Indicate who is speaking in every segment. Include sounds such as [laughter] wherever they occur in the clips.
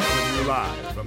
Speaker 1: Live from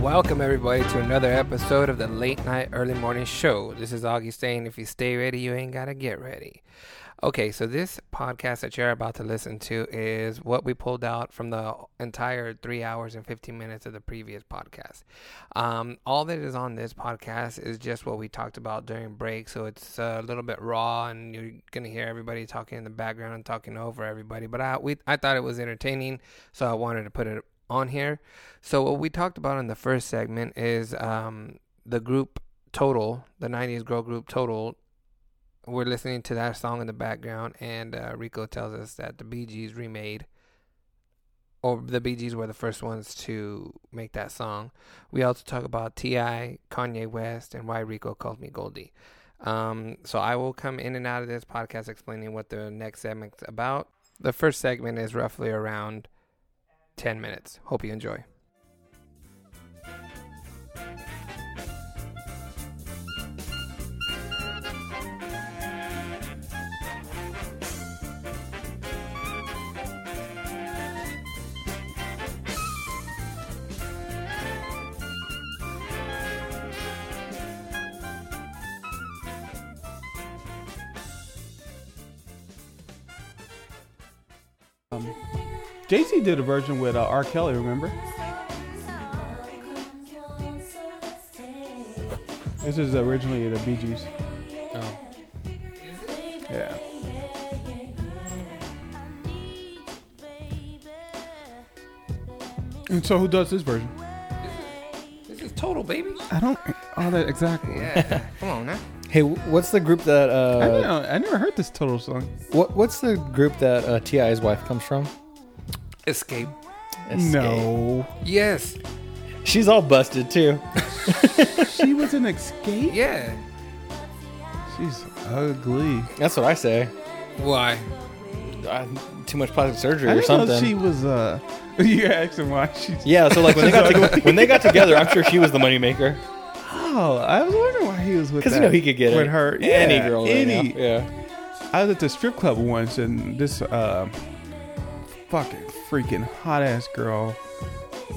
Speaker 2: Welcome everybody to another episode of the Late Night Early Morning Show. This is Augie saying if you stay ready, you ain't gotta get ready. Okay, so this podcast that you're about to listen to is what we pulled out from the entire three hours and 15 minutes of the previous podcast. Um, all that is on this podcast is just what we talked about during break, so it's a little bit raw, and you're gonna hear everybody talking in the background and talking over everybody. But I we I thought it was entertaining, so I wanted to put it on here. So what we talked about in the first segment is um, the group Total, the '90s girl group Total. We're listening to that song in the background, and uh, Rico tells us that the Bee Gees remade, or the Bee Gees were the first ones to make that song. We also talk about T.I., Kanye West, and why Rico calls me Goldie. Um, so I will come in and out of this podcast explaining what the next segment's about. The first segment is roughly around 10 minutes. Hope you enjoy.
Speaker 3: Jay Z did a version with uh, R. Kelly, remember? This is originally the Bee Gees.
Speaker 2: Oh.
Speaker 3: Yeah. And so, who does this version?
Speaker 2: This is total, baby. [laughs]
Speaker 3: I don't. All that exactly.
Speaker 2: Yeah. Come on now.
Speaker 4: Hey, wh- what's the group that
Speaker 3: I,
Speaker 4: uh,
Speaker 3: know, I never heard this total song.
Speaker 4: what, what's the group that uh, Ti's wife comes from?
Speaker 2: Escape.
Speaker 3: No,
Speaker 2: Yes.
Speaker 4: she's all busted too.
Speaker 3: she was an escape.
Speaker 2: Yeah.
Speaker 3: She's ugly.
Speaker 4: That's what I say.
Speaker 2: Why?
Speaker 4: Uh, too much plastic surgery
Speaker 3: I
Speaker 4: or
Speaker 3: didn't know
Speaker 4: something.
Speaker 3: she was. Uh, [laughs] you're asking why she's.
Speaker 4: yeah, so like when they got
Speaker 3: [laughs]
Speaker 4: to, when they got together, I'm sure she was the moneymaker
Speaker 3: Oh, I was wondering why he was with.
Speaker 4: because you
Speaker 3: that-
Speaker 4: know he could get
Speaker 3: with
Speaker 4: it.
Speaker 3: her.
Speaker 4: any
Speaker 3: Yeah,
Speaker 4: girl, right
Speaker 3: any.
Speaker 4: now. Yeah,
Speaker 3: I was at the strip club once, and this uh, fucking freaking hot ass girl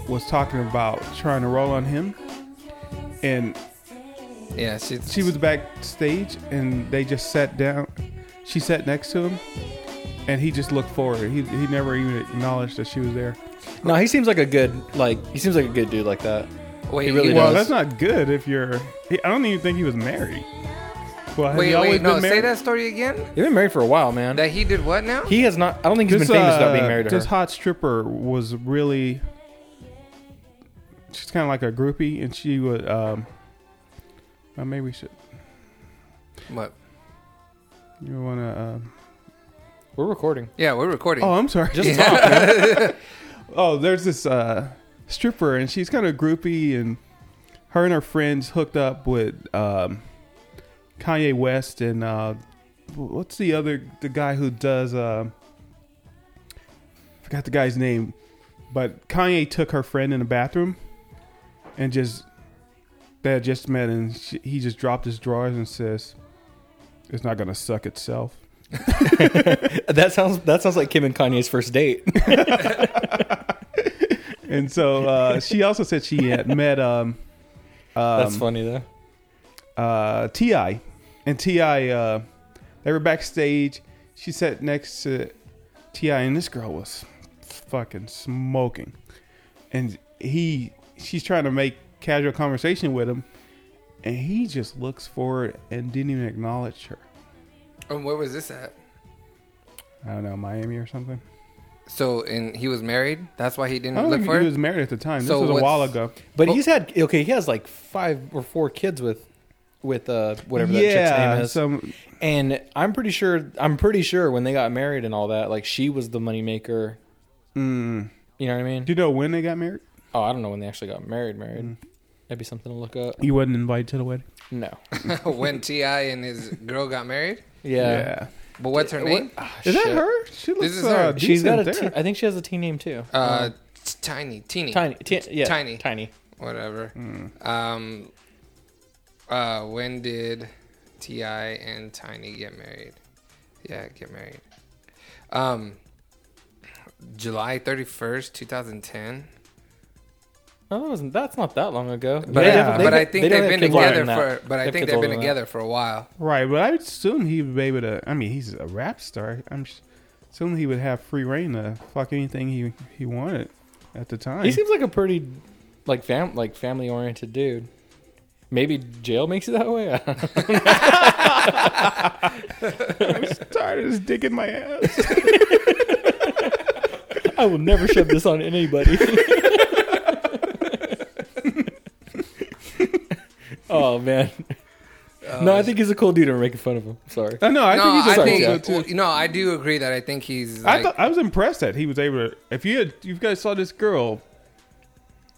Speaker 3: was talking about trying to roll on him, and
Speaker 2: Yeah. She's,
Speaker 3: she was backstage, and they just sat down. She sat next to him, and he just looked forward. He he never even acknowledged that she was there.
Speaker 4: no, he seems like a good like he seems like a good dude like that.
Speaker 2: Wait,
Speaker 4: He really
Speaker 2: you-
Speaker 4: does.
Speaker 3: Well, that's not good if you're. He, I don't even think he was married. Well, has he
Speaker 2: Wait,
Speaker 3: always
Speaker 2: wait,
Speaker 3: been
Speaker 2: no. Say
Speaker 3: married?
Speaker 2: that story again.
Speaker 4: They've been married for a while, man.
Speaker 2: That he did what now?
Speaker 4: he has not. I don't think he's
Speaker 3: This,
Speaker 4: been famous
Speaker 3: uh,
Speaker 4: without being married to
Speaker 3: this
Speaker 4: her.
Speaker 3: hot stripper was really. She's kind of like a groupie, and she would. Um, uh, maybe we should.
Speaker 2: What?
Speaker 3: You want to? Um,
Speaker 4: We're recording. [laughs]
Speaker 2: Yeah, we're recording.
Speaker 3: oh, I'm sorry. [laughs]
Speaker 4: Just talk. man.
Speaker 3: oh, there's this uh, stripper, and she's kind of groupie, and her and her friends hooked up with um, Kanye West and uh, what's the other the guy who does? Uh, forgot the guy's name, but Kanye took her friend in the bathroom, and just they had just met, and she, he just dropped his drawers and says, "It's not gonna suck itself."
Speaker 4: that sounds that sounds like Kim and Kanye's first date.
Speaker 3: And so uh, she also said she had met um,
Speaker 4: [laughs] That's
Speaker 3: um,
Speaker 4: funny though.
Speaker 3: uh, Ti, and Ti uh, they were backstage. She sat next to Ti, and this girl was fucking smoking. And he, she's trying to make casual conversation with him, and he just looks forward and didn't even acknowledge her.
Speaker 2: And where was this at?
Speaker 3: I don't know, Miami or something.
Speaker 2: So, and he was married. That's why he
Speaker 3: I
Speaker 2: didn't
Speaker 3: don't
Speaker 2: look
Speaker 3: think
Speaker 2: for
Speaker 3: he
Speaker 2: it. [laughs]
Speaker 3: was married at the time.
Speaker 2: So
Speaker 3: this was a
Speaker 2: what's-
Speaker 3: while ago.
Speaker 4: But
Speaker 2: Well-
Speaker 4: he's had okay. He has like five or four kids with with uh whatever that chick's name is.
Speaker 3: some
Speaker 4: and I'm pretty sure I'm pretty sure when they got married and all that, like she was the moneymaker.
Speaker 3: mm,
Speaker 4: You know what I mean?
Speaker 3: Do you know when they got married?
Speaker 4: Oh, I don't know when they actually got married. Married.
Speaker 2: Mm.
Speaker 4: That'd be something to look up.
Speaker 3: You wasn't invited to the wedding.
Speaker 2: [laughs]
Speaker 4: No.
Speaker 2: when Ti and his girl got married.
Speaker 4: Yeah.
Speaker 2: But what's her name?
Speaker 4: Ah,
Speaker 3: Is that
Speaker 4: shit.
Speaker 3: her? She looks
Speaker 2: is
Speaker 3: uh,
Speaker 2: her.
Speaker 3: decent
Speaker 4: She's got a. T-
Speaker 3: there.
Speaker 4: I think she has a teen name too.
Speaker 2: Uh, t- tiny, teeny,
Speaker 4: tiny. T- yeah.
Speaker 2: Tiny.
Speaker 4: Tiny.
Speaker 2: whatever.
Speaker 3: Hmm.
Speaker 2: Um, uh, when did Ti and Tiny get married? Yeah, get married. Um, July thirty first, two thousand ten.
Speaker 4: No, Oh, that wasn't. That's not that long ago.
Speaker 2: But
Speaker 3: Yeah.
Speaker 2: I,
Speaker 3: They-
Speaker 2: but I think
Speaker 4: don't
Speaker 2: they've
Speaker 4: have
Speaker 2: been
Speaker 4: kids older
Speaker 2: together
Speaker 4: than that.
Speaker 2: for. But
Speaker 4: They
Speaker 2: I
Speaker 4: have
Speaker 2: think
Speaker 4: kids
Speaker 2: they've
Speaker 4: older
Speaker 2: been
Speaker 4: than that.
Speaker 2: together for a while.
Speaker 3: Right, but I would assume he would be able to. I mean, he's a rap star. I'm s- assume he would have free reign to fuck anything he he wanted at the time.
Speaker 4: He seems like a pretty, like fam, like family oriented dude. Maybe jail makes it that way. [laughs] I don't know.
Speaker 3: I'm tired of his dick in my ass.
Speaker 4: I will never shove this on anybody. [laughs] oh man. no, I think he's a cool dude. I'm making fun of him. Sorry.
Speaker 3: I know.
Speaker 2: Um,
Speaker 3: I
Speaker 2: no,
Speaker 3: think he's a
Speaker 2: I
Speaker 4: sorry,
Speaker 2: think
Speaker 4: yeah.
Speaker 3: good too.
Speaker 2: well, no, I do agree that I think he's.
Speaker 3: I
Speaker 2: Like,
Speaker 3: thought I was impressed that he was able to. If you had, you guys saw this girl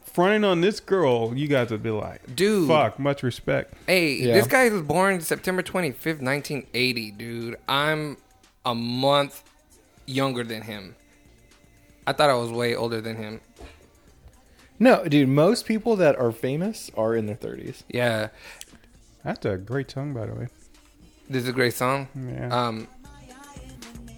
Speaker 3: fronting on this girl, you guys would be like,
Speaker 2: dude,
Speaker 3: "Fuck, much respect."
Speaker 2: Hey,
Speaker 4: Yeah.
Speaker 2: this guy was born September 25th, 1980, dude. I'm a month younger than him. I thought I was way older than him.
Speaker 4: No, dude. Most people that are famous are in their 30s.
Speaker 2: Yeah.
Speaker 3: That's a great tongue, by the way.
Speaker 2: This is a great song.
Speaker 3: Yeah,
Speaker 2: Um, man,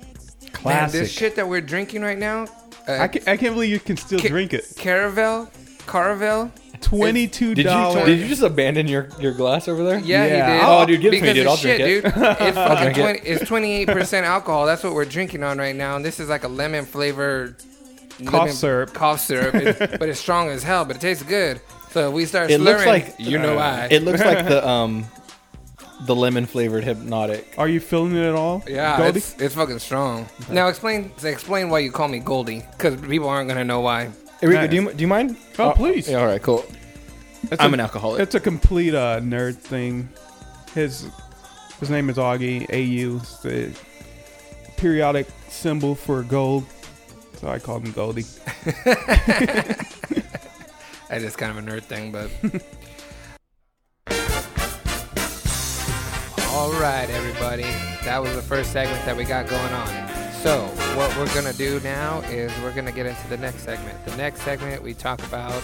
Speaker 4: Classic.
Speaker 2: this shit that we're drinking right now, uh,
Speaker 3: I, can, I can't believe you can still
Speaker 2: Ca-
Speaker 3: drink it.
Speaker 2: Caravel, Caravel.
Speaker 3: Twenty two
Speaker 4: Did you
Speaker 3: dollars.
Speaker 4: did you just abandon your, your glass over there?
Speaker 2: Yeah, he
Speaker 3: Yeah.
Speaker 2: did.
Speaker 4: Oh, dude, give it to me,
Speaker 2: because it's
Speaker 4: dude. I'll
Speaker 2: shit,
Speaker 4: drink [laughs] it.
Speaker 2: dude. It's fucking
Speaker 4: drink it.
Speaker 2: 20, It's 28% alcohol. That's what we're drinking on right now. And this is like a lemon flavored
Speaker 3: Cough syrup.
Speaker 2: Cough syrup.
Speaker 4: [laughs]
Speaker 2: It's- but it's strong as hell, but it tastes good. So if we start
Speaker 4: It
Speaker 2: slurring,
Speaker 4: looks like- Uh,
Speaker 2: you know why.
Speaker 4: It looks like [laughs] the um, the lemon flavored hypnotic.
Speaker 3: Are you feeling it at all?
Speaker 2: yeah,
Speaker 3: Goldie?
Speaker 2: it's, it's fucking strong. Now explain explain why you call me Goldie, because people aren't gonna know why.
Speaker 4: Enrico,
Speaker 3: Nice.
Speaker 4: do you do you mind? Uh,
Speaker 3: Oh, please.
Speaker 4: Yeah, all right, cool.
Speaker 3: That's
Speaker 4: I'm
Speaker 3: a-
Speaker 4: an alcoholic.
Speaker 3: It's a complete uh, nerd thing. His his name is Augie. AU, it's the periodic symbol for gold. So I called him Goldie.
Speaker 2: That is kind of a nerd thing, but. [laughs] All right, everybody. That was the first segment that we got going on. So, what we're going to do now is we're going to get into the next segment. The next segment we talk about.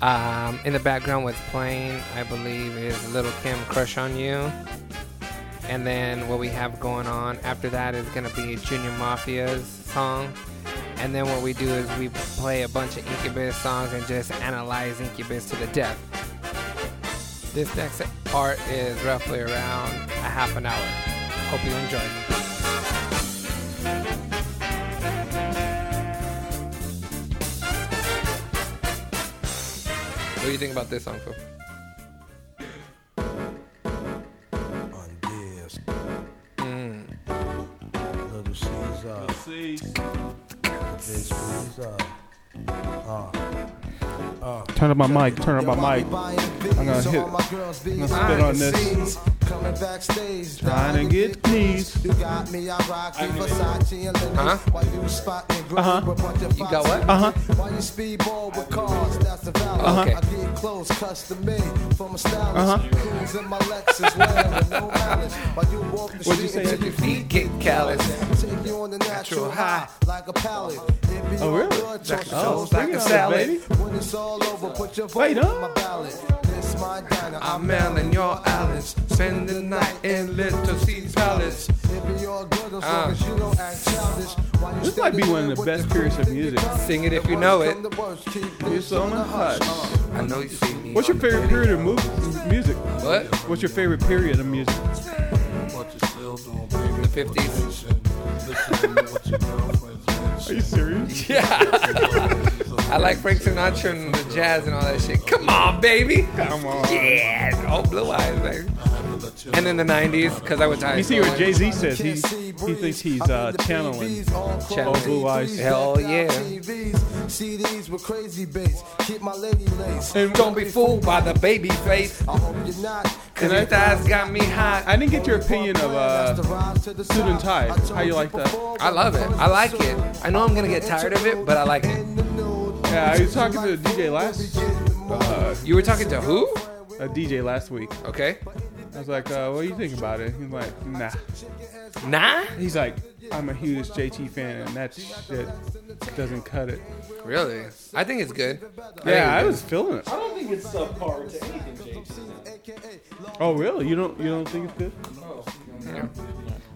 Speaker 2: Um, in the background, what's playing, I believe, is Little Kim Crush on You. And then what we have going on after that is going to be Junior Mafia's song. And then what we do is we play a bunch of Incubus songs and just analyze Incubus to the death. This next part is roughly around a half an hour. Hope you enjoy. What do you think about this song, Phil?
Speaker 5: on this. Little Caesar. Big Caesar.
Speaker 3: Turn up my mic. Turn up my mic.
Speaker 5: I'm
Speaker 3: gonna hit- spit on this.
Speaker 5: Coming backstage,
Speaker 3: Trying to get Uh-huh. knees.
Speaker 5: You got me, I rock the Versace and Lennox.
Speaker 2: Huh?
Speaker 5: Why you spot me gross with a bunch of
Speaker 2: You got
Speaker 5: foxy
Speaker 2: what?
Speaker 3: Uh-huh.
Speaker 5: Why you speedball with cars? That's the value.
Speaker 2: Okay.
Speaker 5: I get clothes custom made from a stylist. Cruise in my Lexus, wearing no malice. While you walk the
Speaker 3: Uh-huh. What'd you
Speaker 5: street
Speaker 3: say?
Speaker 5: until your
Speaker 2: Feet get callous.
Speaker 5: Take you on the natural high like a pallet. It be
Speaker 3: Oh,
Speaker 5: all
Speaker 3: really? Oh,
Speaker 5: good,
Speaker 2: Jack
Speaker 5: choice
Speaker 2: and Jones,
Speaker 5: shows,
Speaker 2: Jack
Speaker 5: like
Speaker 2: and
Speaker 5: a
Speaker 2: Salad.
Speaker 5: baby. When it's all over, put your
Speaker 3: Wait,
Speaker 5: vote
Speaker 3: huh?
Speaker 5: on my ballot. This my diner.
Speaker 2: I'm mailing your islands, spend the night in Little Caesar's Palace.
Speaker 5: It be all good as long as you don't act childish. While you
Speaker 3: This might be
Speaker 5: standing
Speaker 3: one of
Speaker 5: there
Speaker 3: the
Speaker 5: with
Speaker 3: best
Speaker 5: the
Speaker 3: periods
Speaker 5: crew,
Speaker 3: of music.
Speaker 5: think
Speaker 2: Sing it if
Speaker 5: come
Speaker 2: you
Speaker 5: the
Speaker 2: know
Speaker 5: worst
Speaker 2: it.
Speaker 5: come the worst, keep
Speaker 3: You're
Speaker 5: this
Speaker 3: so on the hush.
Speaker 2: I know you see me.
Speaker 3: What's your
Speaker 2: on
Speaker 3: favorite
Speaker 2: the-
Speaker 3: period of mov- music?
Speaker 2: What?
Speaker 3: What's your favorite period of music?
Speaker 2: The 50s?
Speaker 3: Are you serious?
Speaker 2: Yeah. I like Frank Sinatra and the jazz and all that shit. Come on, baby.
Speaker 3: Come on.
Speaker 2: Yeah. Oh, blue eyes, baby. And in the 90s, because I was high.
Speaker 3: You see what Jay Z says? He,
Speaker 5: Can't see
Speaker 3: he
Speaker 5: breeze.
Speaker 3: thinks he's
Speaker 5: I'm in
Speaker 3: uh,
Speaker 5: the
Speaker 3: channeling.
Speaker 5: PVs, all chrome
Speaker 2: Channeling.
Speaker 3: Blue eyes.
Speaker 5: TVs,
Speaker 2: Hell
Speaker 5: blacked out
Speaker 2: yeah.
Speaker 5: TVs, CDs with crazy bass. Keep my lady lace.
Speaker 3: And
Speaker 2: Don't be fooled by the baby face.
Speaker 5: I hope you're not.
Speaker 2: Cause your thighs got me hot.
Speaker 3: I didn't get your opinion of uh,
Speaker 5: suit
Speaker 3: and tie. How you like that?
Speaker 2: I love it. I like it. I know I'm gonna get tired of it, but I like it.
Speaker 5: In the nude,
Speaker 3: Yeah, I uh, was talking to DJ last uh,
Speaker 2: You were talking to who?
Speaker 3: a DJ last week.
Speaker 2: Okay.
Speaker 3: I was like, uh, "What do you think about it?" He's like, "Nah."
Speaker 2: Nah.
Speaker 3: He's like, "I'm a huge JT fan, and that shit doesn't cut it."
Speaker 2: Really? I think it's good.
Speaker 3: Yeah, I was feeling it.
Speaker 4: I don't think it's subpar to anything, JT.
Speaker 3: Oh, really? You don't you don't think it's good?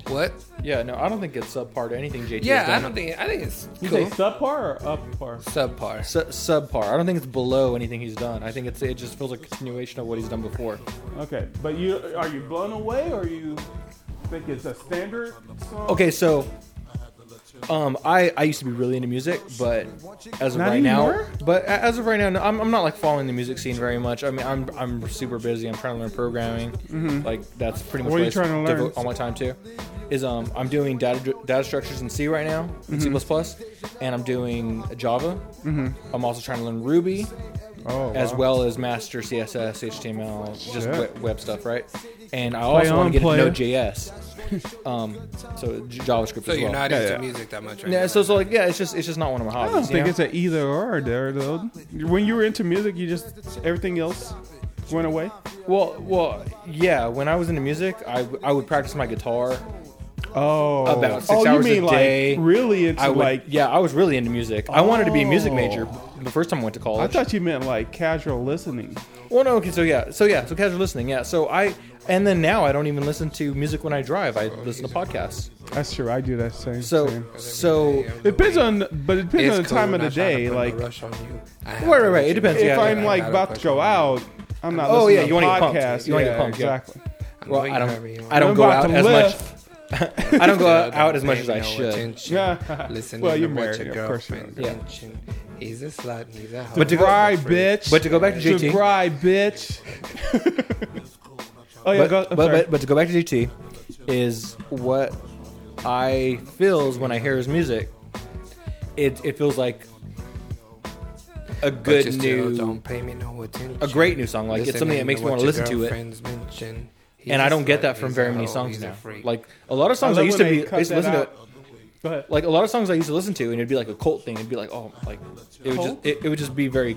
Speaker 2: What?
Speaker 4: Yeah, no, I don't think it's subpar to anything JT. has
Speaker 2: Yeah, I
Speaker 4: done.
Speaker 2: don't think I think it's
Speaker 3: You
Speaker 2: cool.
Speaker 3: say subpar or upper?
Speaker 2: Subpar.
Speaker 4: Su- subpar. I don't think it's below anything he's done. I think it's it just feels like a continuation of what he's done before.
Speaker 3: Okay, but you are you blown away or you think it's a standard song?
Speaker 4: Okay, so um, I I used to be really into music, but as of
Speaker 3: Not
Speaker 4: right
Speaker 3: anymore?
Speaker 4: now, but a- as of right now, no, I'm, I'm not like following the music scene very much. I mean, I'm I'm super busy. I'm trying to learn programming. Like that's pretty
Speaker 3: Mm-hmm.
Speaker 4: much
Speaker 3: What are you
Speaker 4: I s-
Speaker 3: trying to learn?
Speaker 4: devote all my time to. Is um I'm doing data dr- data structures in C right now, in
Speaker 3: Mm-hmm.
Speaker 4: C++, and I'm doing Java. Mm-hmm. I'm also trying to learn Ruby.
Speaker 3: Oh,
Speaker 4: as
Speaker 3: wow.
Speaker 4: well as master CSS, HTML, just
Speaker 3: Yeah.
Speaker 4: web, web stuff, right? And I
Speaker 3: Play
Speaker 4: also
Speaker 3: on,
Speaker 4: want to get
Speaker 3: play
Speaker 4: into
Speaker 3: it.
Speaker 4: Node.js, um, so J- JavaScript
Speaker 2: So
Speaker 4: as
Speaker 2: you're
Speaker 4: well.
Speaker 2: not
Speaker 3: Yeah,
Speaker 2: into
Speaker 3: yeah.
Speaker 2: music that much right
Speaker 4: yeah,
Speaker 2: now.
Speaker 4: so, so like yeah, it's just it's just not one of my hobbies.
Speaker 3: I don't
Speaker 4: you
Speaker 3: think
Speaker 4: know?
Speaker 3: it's an either or there though. When you were into music, you just everything else went away.
Speaker 4: well, well, yeah. When I was into music, I, w- I would practice my guitar.
Speaker 3: Oh,
Speaker 4: About six
Speaker 3: oh,
Speaker 4: hours a
Speaker 3: you mean
Speaker 4: day.
Speaker 3: Like, really into
Speaker 4: I would,
Speaker 3: like?
Speaker 4: yeah, I was really into music. I wanted to be a music
Speaker 3: Oh.
Speaker 4: major b- the first time I went to
Speaker 3: I
Speaker 4: college.
Speaker 3: thought you meant like casual listening.
Speaker 4: Well, no, okay, so yeah, so yeah, so casual listening, yeah. So I and then now I don't even listen to music when I drive. I listen to podcasts.
Speaker 3: That's true. I do that same.
Speaker 4: So
Speaker 3: same.
Speaker 4: so
Speaker 3: it depends on, but it
Speaker 2: It's
Speaker 3: depends on the time
Speaker 2: cool,
Speaker 3: of the
Speaker 2: not trying to
Speaker 3: day.
Speaker 2: put no
Speaker 3: Like
Speaker 2: rush on you. I have
Speaker 4: Right,
Speaker 2: to
Speaker 4: right, right.
Speaker 2: let
Speaker 4: It
Speaker 2: you
Speaker 4: depends.
Speaker 3: if
Speaker 4: Yeah,
Speaker 3: I'm
Speaker 4: yeah.
Speaker 3: like
Speaker 2: I got a
Speaker 3: about to go out, I'm not.
Speaker 4: Oh,
Speaker 3: listening
Speaker 4: yeah,
Speaker 3: to
Speaker 4: you wanna get pumped.
Speaker 3: podcasts.
Speaker 4: You wanna get
Speaker 3: Yeah,
Speaker 4: pumped, yeah.
Speaker 3: Exactly.
Speaker 2: I know
Speaker 4: Well,
Speaker 2: you
Speaker 4: I
Speaker 2: have me
Speaker 4: don't.
Speaker 2: on.
Speaker 4: I don't
Speaker 3: I'm
Speaker 4: go
Speaker 3: about
Speaker 4: out
Speaker 3: to
Speaker 4: as
Speaker 3: lift.
Speaker 4: much. [laughs] I don't go
Speaker 2: Girl,
Speaker 4: out, out as
Speaker 2: don't
Speaker 4: much
Speaker 2: pay
Speaker 4: as I
Speaker 2: no
Speaker 4: should.
Speaker 2: attention.
Speaker 3: Yeah.
Speaker 2: Listen
Speaker 3: Well,
Speaker 2: to
Speaker 3: you're
Speaker 2: what
Speaker 3: married,
Speaker 2: Your
Speaker 3: of course you're
Speaker 2: girlfriend
Speaker 4: not. Yeah.
Speaker 2: mentioned. He's a slut and he's a hoe.
Speaker 4: But to go-
Speaker 3: Cry, bitch.
Speaker 4: But to go back to JT.
Speaker 3: Cry,
Speaker 4: [laughs]
Speaker 3: bitch. oh yeah, go,
Speaker 4: But, but,
Speaker 3: I'm sorry.
Speaker 4: but, but to go back to JT is what I feels when I hear his music. It it feels like a
Speaker 2: But
Speaker 4: good
Speaker 2: just still
Speaker 4: new,
Speaker 2: don't pay me no attention.
Speaker 4: a great new song. Like it's something that makes me want to listen to it.
Speaker 2: it.
Speaker 4: And I don't get that from very many songs now. Like a lot of songs
Speaker 3: I
Speaker 4: I
Speaker 3: love
Speaker 4: used to
Speaker 3: when
Speaker 4: be
Speaker 3: they
Speaker 4: I used to
Speaker 3: cut
Speaker 4: listen
Speaker 3: that
Speaker 4: to.
Speaker 3: Go ahead.
Speaker 4: like a lot of songs I used to listen to, and it'd be like a cult thing. It'd be like, oh, like it would
Speaker 2: Cult?
Speaker 4: just it, it would just be very,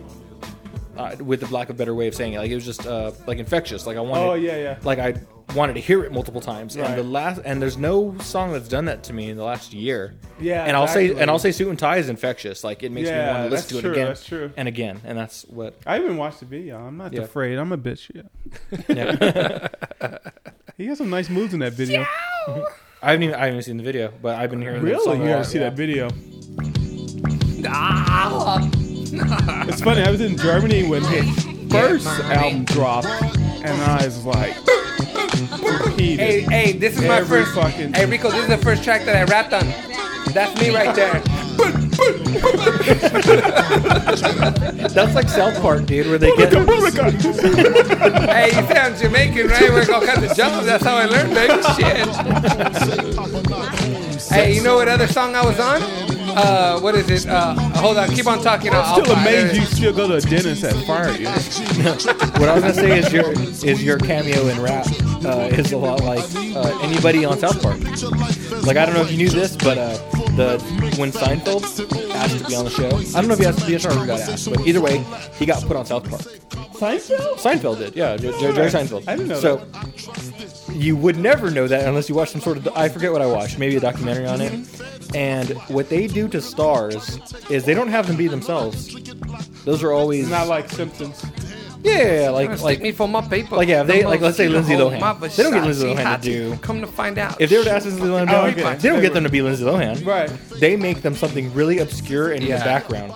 Speaker 4: uh, with the lack of better way of saying it, like it was just uh, like infectious. Like I wanted,
Speaker 3: Oh yeah, yeah.
Speaker 4: like I wanted to hear it multiple times.
Speaker 3: Right.
Speaker 4: And the last, and there's no song that's done that to me in the last year.
Speaker 3: Yeah,
Speaker 4: and I'll say,
Speaker 3: exactly.
Speaker 4: and I'll say, suit and tie is infectious. Like it makes me
Speaker 3: Yeah,
Speaker 4: want to
Speaker 3: that's
Speaker 4: listen to it
Speaker 3: true,
Speaker 4: again,
Speaker 3: that's true.
Speaker 4: and again, and that's what.
Speaker 3: I even watched the video. I'm not
Speaker 4: Yeah.
Speaker 3: afraid. I'm a bitch. Yeah.
Speaker 4: Yeah.
Speaker 3: He has some nice moves in that video.
Speaker 4: [laughs] I haven't even I haven't even seen the video, but I've been hearing that
Speaker 3: Really?
Speaker 4: song
Speaker 3: You
Speaker 4: a
Speaker 3: gotta
Speaker 4: lot.
Speaker 3: see that video.
Speaker 2: Ah,
Speaker 3: It's funny. I was in Germany when his first
Speaker 2: mommy.
Speaker 3: album dropped, and I was like, repeated.
Speaker 2: hey, hey, this is my
Speaker 3: Every
Speaker 2: first.
Speaker 3: fucking-
Speaker 2: Hey, Rico, this is the first track that I rapped on. That's me right there.
Speaker 4: That's like South Park, dude, where they get
Speaker 2: hey, you say I'm Jamaican, right? We're gonna cut the jump. That's how I learned, baby. Shit. hey, you know what other song I was on? Uh, what is it? Uh, hold on, keep on talking. I'll,
Speaker 3: I'm still
Speaker 2: I'll-
Speaker 3: amazed you still go to a dentist and fire you. [laughs]
Speaker 4: What I was gonna say is your is your cameo in rap uh, is a lot like uh, anybody on South Park. Like I don't know if you knew this, but uh, the when Seinfeld asked to be on the show, I don't know if he asked to be on the show or who got asked, but either way, he got put on South Park.
Speaker 3: Seinfeld?
Speaker 4: Seinfeld did, yeah, Jer- Jer- Jerry Seinfeld.
Speaker 3: I didn't know
Speaker 4: so, You would never know that unless you watch some sort of I forget what I watched, maybe a documentary on it. And what they do to stars is they don't have them be themselves. Those are always
Speaker 3: Not like Simpsons.
Speaker 4: yeah, yeah, yeah, like
Speaker 2: Stick
Speaker 4: like
Speaker 2: me for my paper.
Speaker 4: like, yeah, if they-
Speaker 2: The
Speaker 4: like, let's say
Speaker 2: most
Speaker 4: Lindsay
Speaker 2: evil
Speaker 4: Lohan.
Speaker 2: mother
Speaker 4: They don't get
Speaker 2: shot she
Speaker 4: Lindsay Lohan to
Speaker 2: had
Speaker 4: do-
Speaker 2: Come to find out,
Speaker 4: If they were to ask Lindsay Lohan, to
Speaker 3: Oh,
Speaker 4: be-
Speaker 3: okay.
Speaker 4: they don't get them to be Lindsay Lohan.
Speaker 3: Right.
Speaker 4: They make them something really obscure in
Speaker 2: Yeah.
Speaker 4: the background.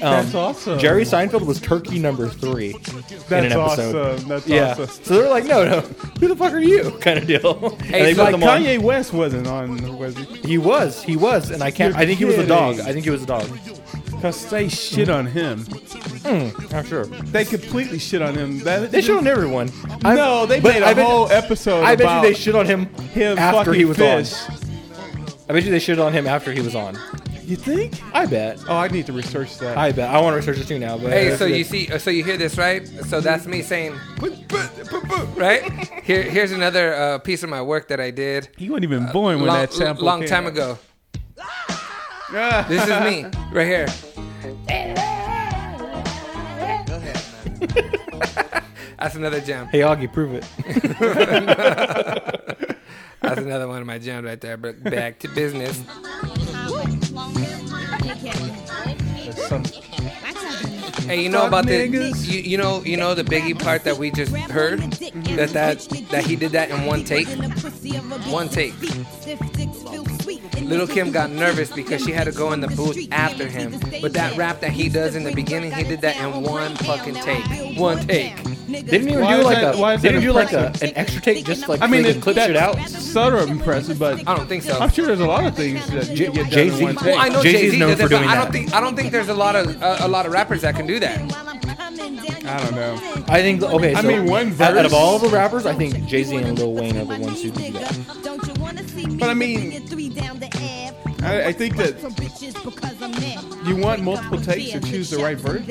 Speaker 4: Um,
Speaker 3: That's awesome.
Speaker 4: Jerry Seinfeld was turkey number three in an
Speaker 3: That's
Speaker 4: episode.
Speaker 3: awesome. That's
Speaker 4: Yeah.
Speaker 3: awesome.
Speaker 4: So they're like, no, no, who the fuck are you? [laughs] Kind of deal.
Speaker 2: Hey,
Speaker 4: and they
Speaker 2: so
Speaker 4: put
Speaker 3: Like
Speaker 4: them on.
Speaker 3: Kanye West wasn't on, was he?
Speaker 4: He was, he was, and I can't.
Speaker 3: You're
Speaker 4: I think he was a
Speaker 3: kidding.
Speaker 4: dog. I think he was a dog.
Speaker 3: Cause they shit on him.
Speaker 4: I'm sure.
Speaker 3: They completely shit on him. That,
Speaker 4: They shit on everyone. I'm-
Speaker 3: No, they
Speaker 4: but
Speaker 3: made a
Speaker 4: I bet-
Speaker 3: whole episode
Speaker 4: I bet
Speaker 3: about
Speaker 4: you they shit on him,
Speaker 3: him
Speaker 4: after
Speaker 3: fucking
Speaker 4: he was
Speaker 3: fish.
Speaker 4: on. I bet you they shit on him after he was on.
Speaker 3: You think?
Speaker 4: I bet.
Speaker 3: Oh, I need to research that.
Speaker 4: I bet. I want to research it too now. But
Speaker 2: Hey, so you see, so you hear this, right? So that's me saying, "Boop, boop, boop, boop,"
Speaker 4: [laughs]
Speaker 2: right? Here, here's another uh, piece of my work that I did
Speaker 3: he wasn't even born when
Speaker 2: long,
Speaker 3: that sample
Speaker 2: long
Speaker 3: came
Speaker 2: time
Speaker 3: out.
Speaker 2: ago.
Speaker 3: Ah.
Speaker 4: [laughs]
Speaker 2: This is me right here. [laughs] That's another gem.
Speaker 4: Hey, Augie, prove it.
Speaker 2: That's another one of my gems right there. But back to business. Hey, you know
Speaker 3: Fuck
Speaker 2: about the
Speaker 3: niggas.
Speaker 2: you, you know you know the Biggie part that we just heard that that that he did that in one take. One take. Little Kim got nervous because she had to go in the booth after him. But that rap that he does in the beginning, he did that in one fucking take. One take.
Speaker 4: Didn't even
Speaker 3: Why
Speaker 4: do
Speaker 3: is
Speaker 4: like
Speaker 3: that-
Speaker 4: a.
Speaker 3: why is
Speaker 4: They didn't
Speaker 3: that
Speaker 4: do like a,
Speaker 3: impressive?
Speaker 4: an extra take, just like
Speaker 3: I mean,
Speaker 4: they
Speaker 3: it-
Speaker 4: clip
Speaker 3: that-
Speaker 4: shit out.
Speaker 3: Sort of impressive, but
Speaker 2: I don't think so.
Speaker 3: I'm sure there's a lot of things that you get done in
Speaker 4: Jay-Z.
Speaker 3: one
Speaker 4: Well,
Speaker 3: take.
Speaker 2: Well, I know
Speaker 4: Jay-Z's
Speaker 2: Jay Z
Speaker 4: known
Speaker 2: does
Speaker 4: for
Speaker 2: it, but
Speaker 4: doing
Speaker 2: I don't
Speaker 4: that.
Speaker 2: think I don't think there's a lot of uh, a lot of rappers that can do that.
Speaker 6: I
Speaker 3: I don't know.
Speaker 4: I think okay.
Speaker 3: I
Speaker 4: so
Speaker 3: mean, one
Speaker 4: out, out
Speaker 3: verse-
Speaker 4: of all the rappers, I think Jay Z and Lil Wayne are the ones who do that.
Speaker 6: that.
Speaker 3: But I mean, I- I think that you want multiple takes to choose the right verse.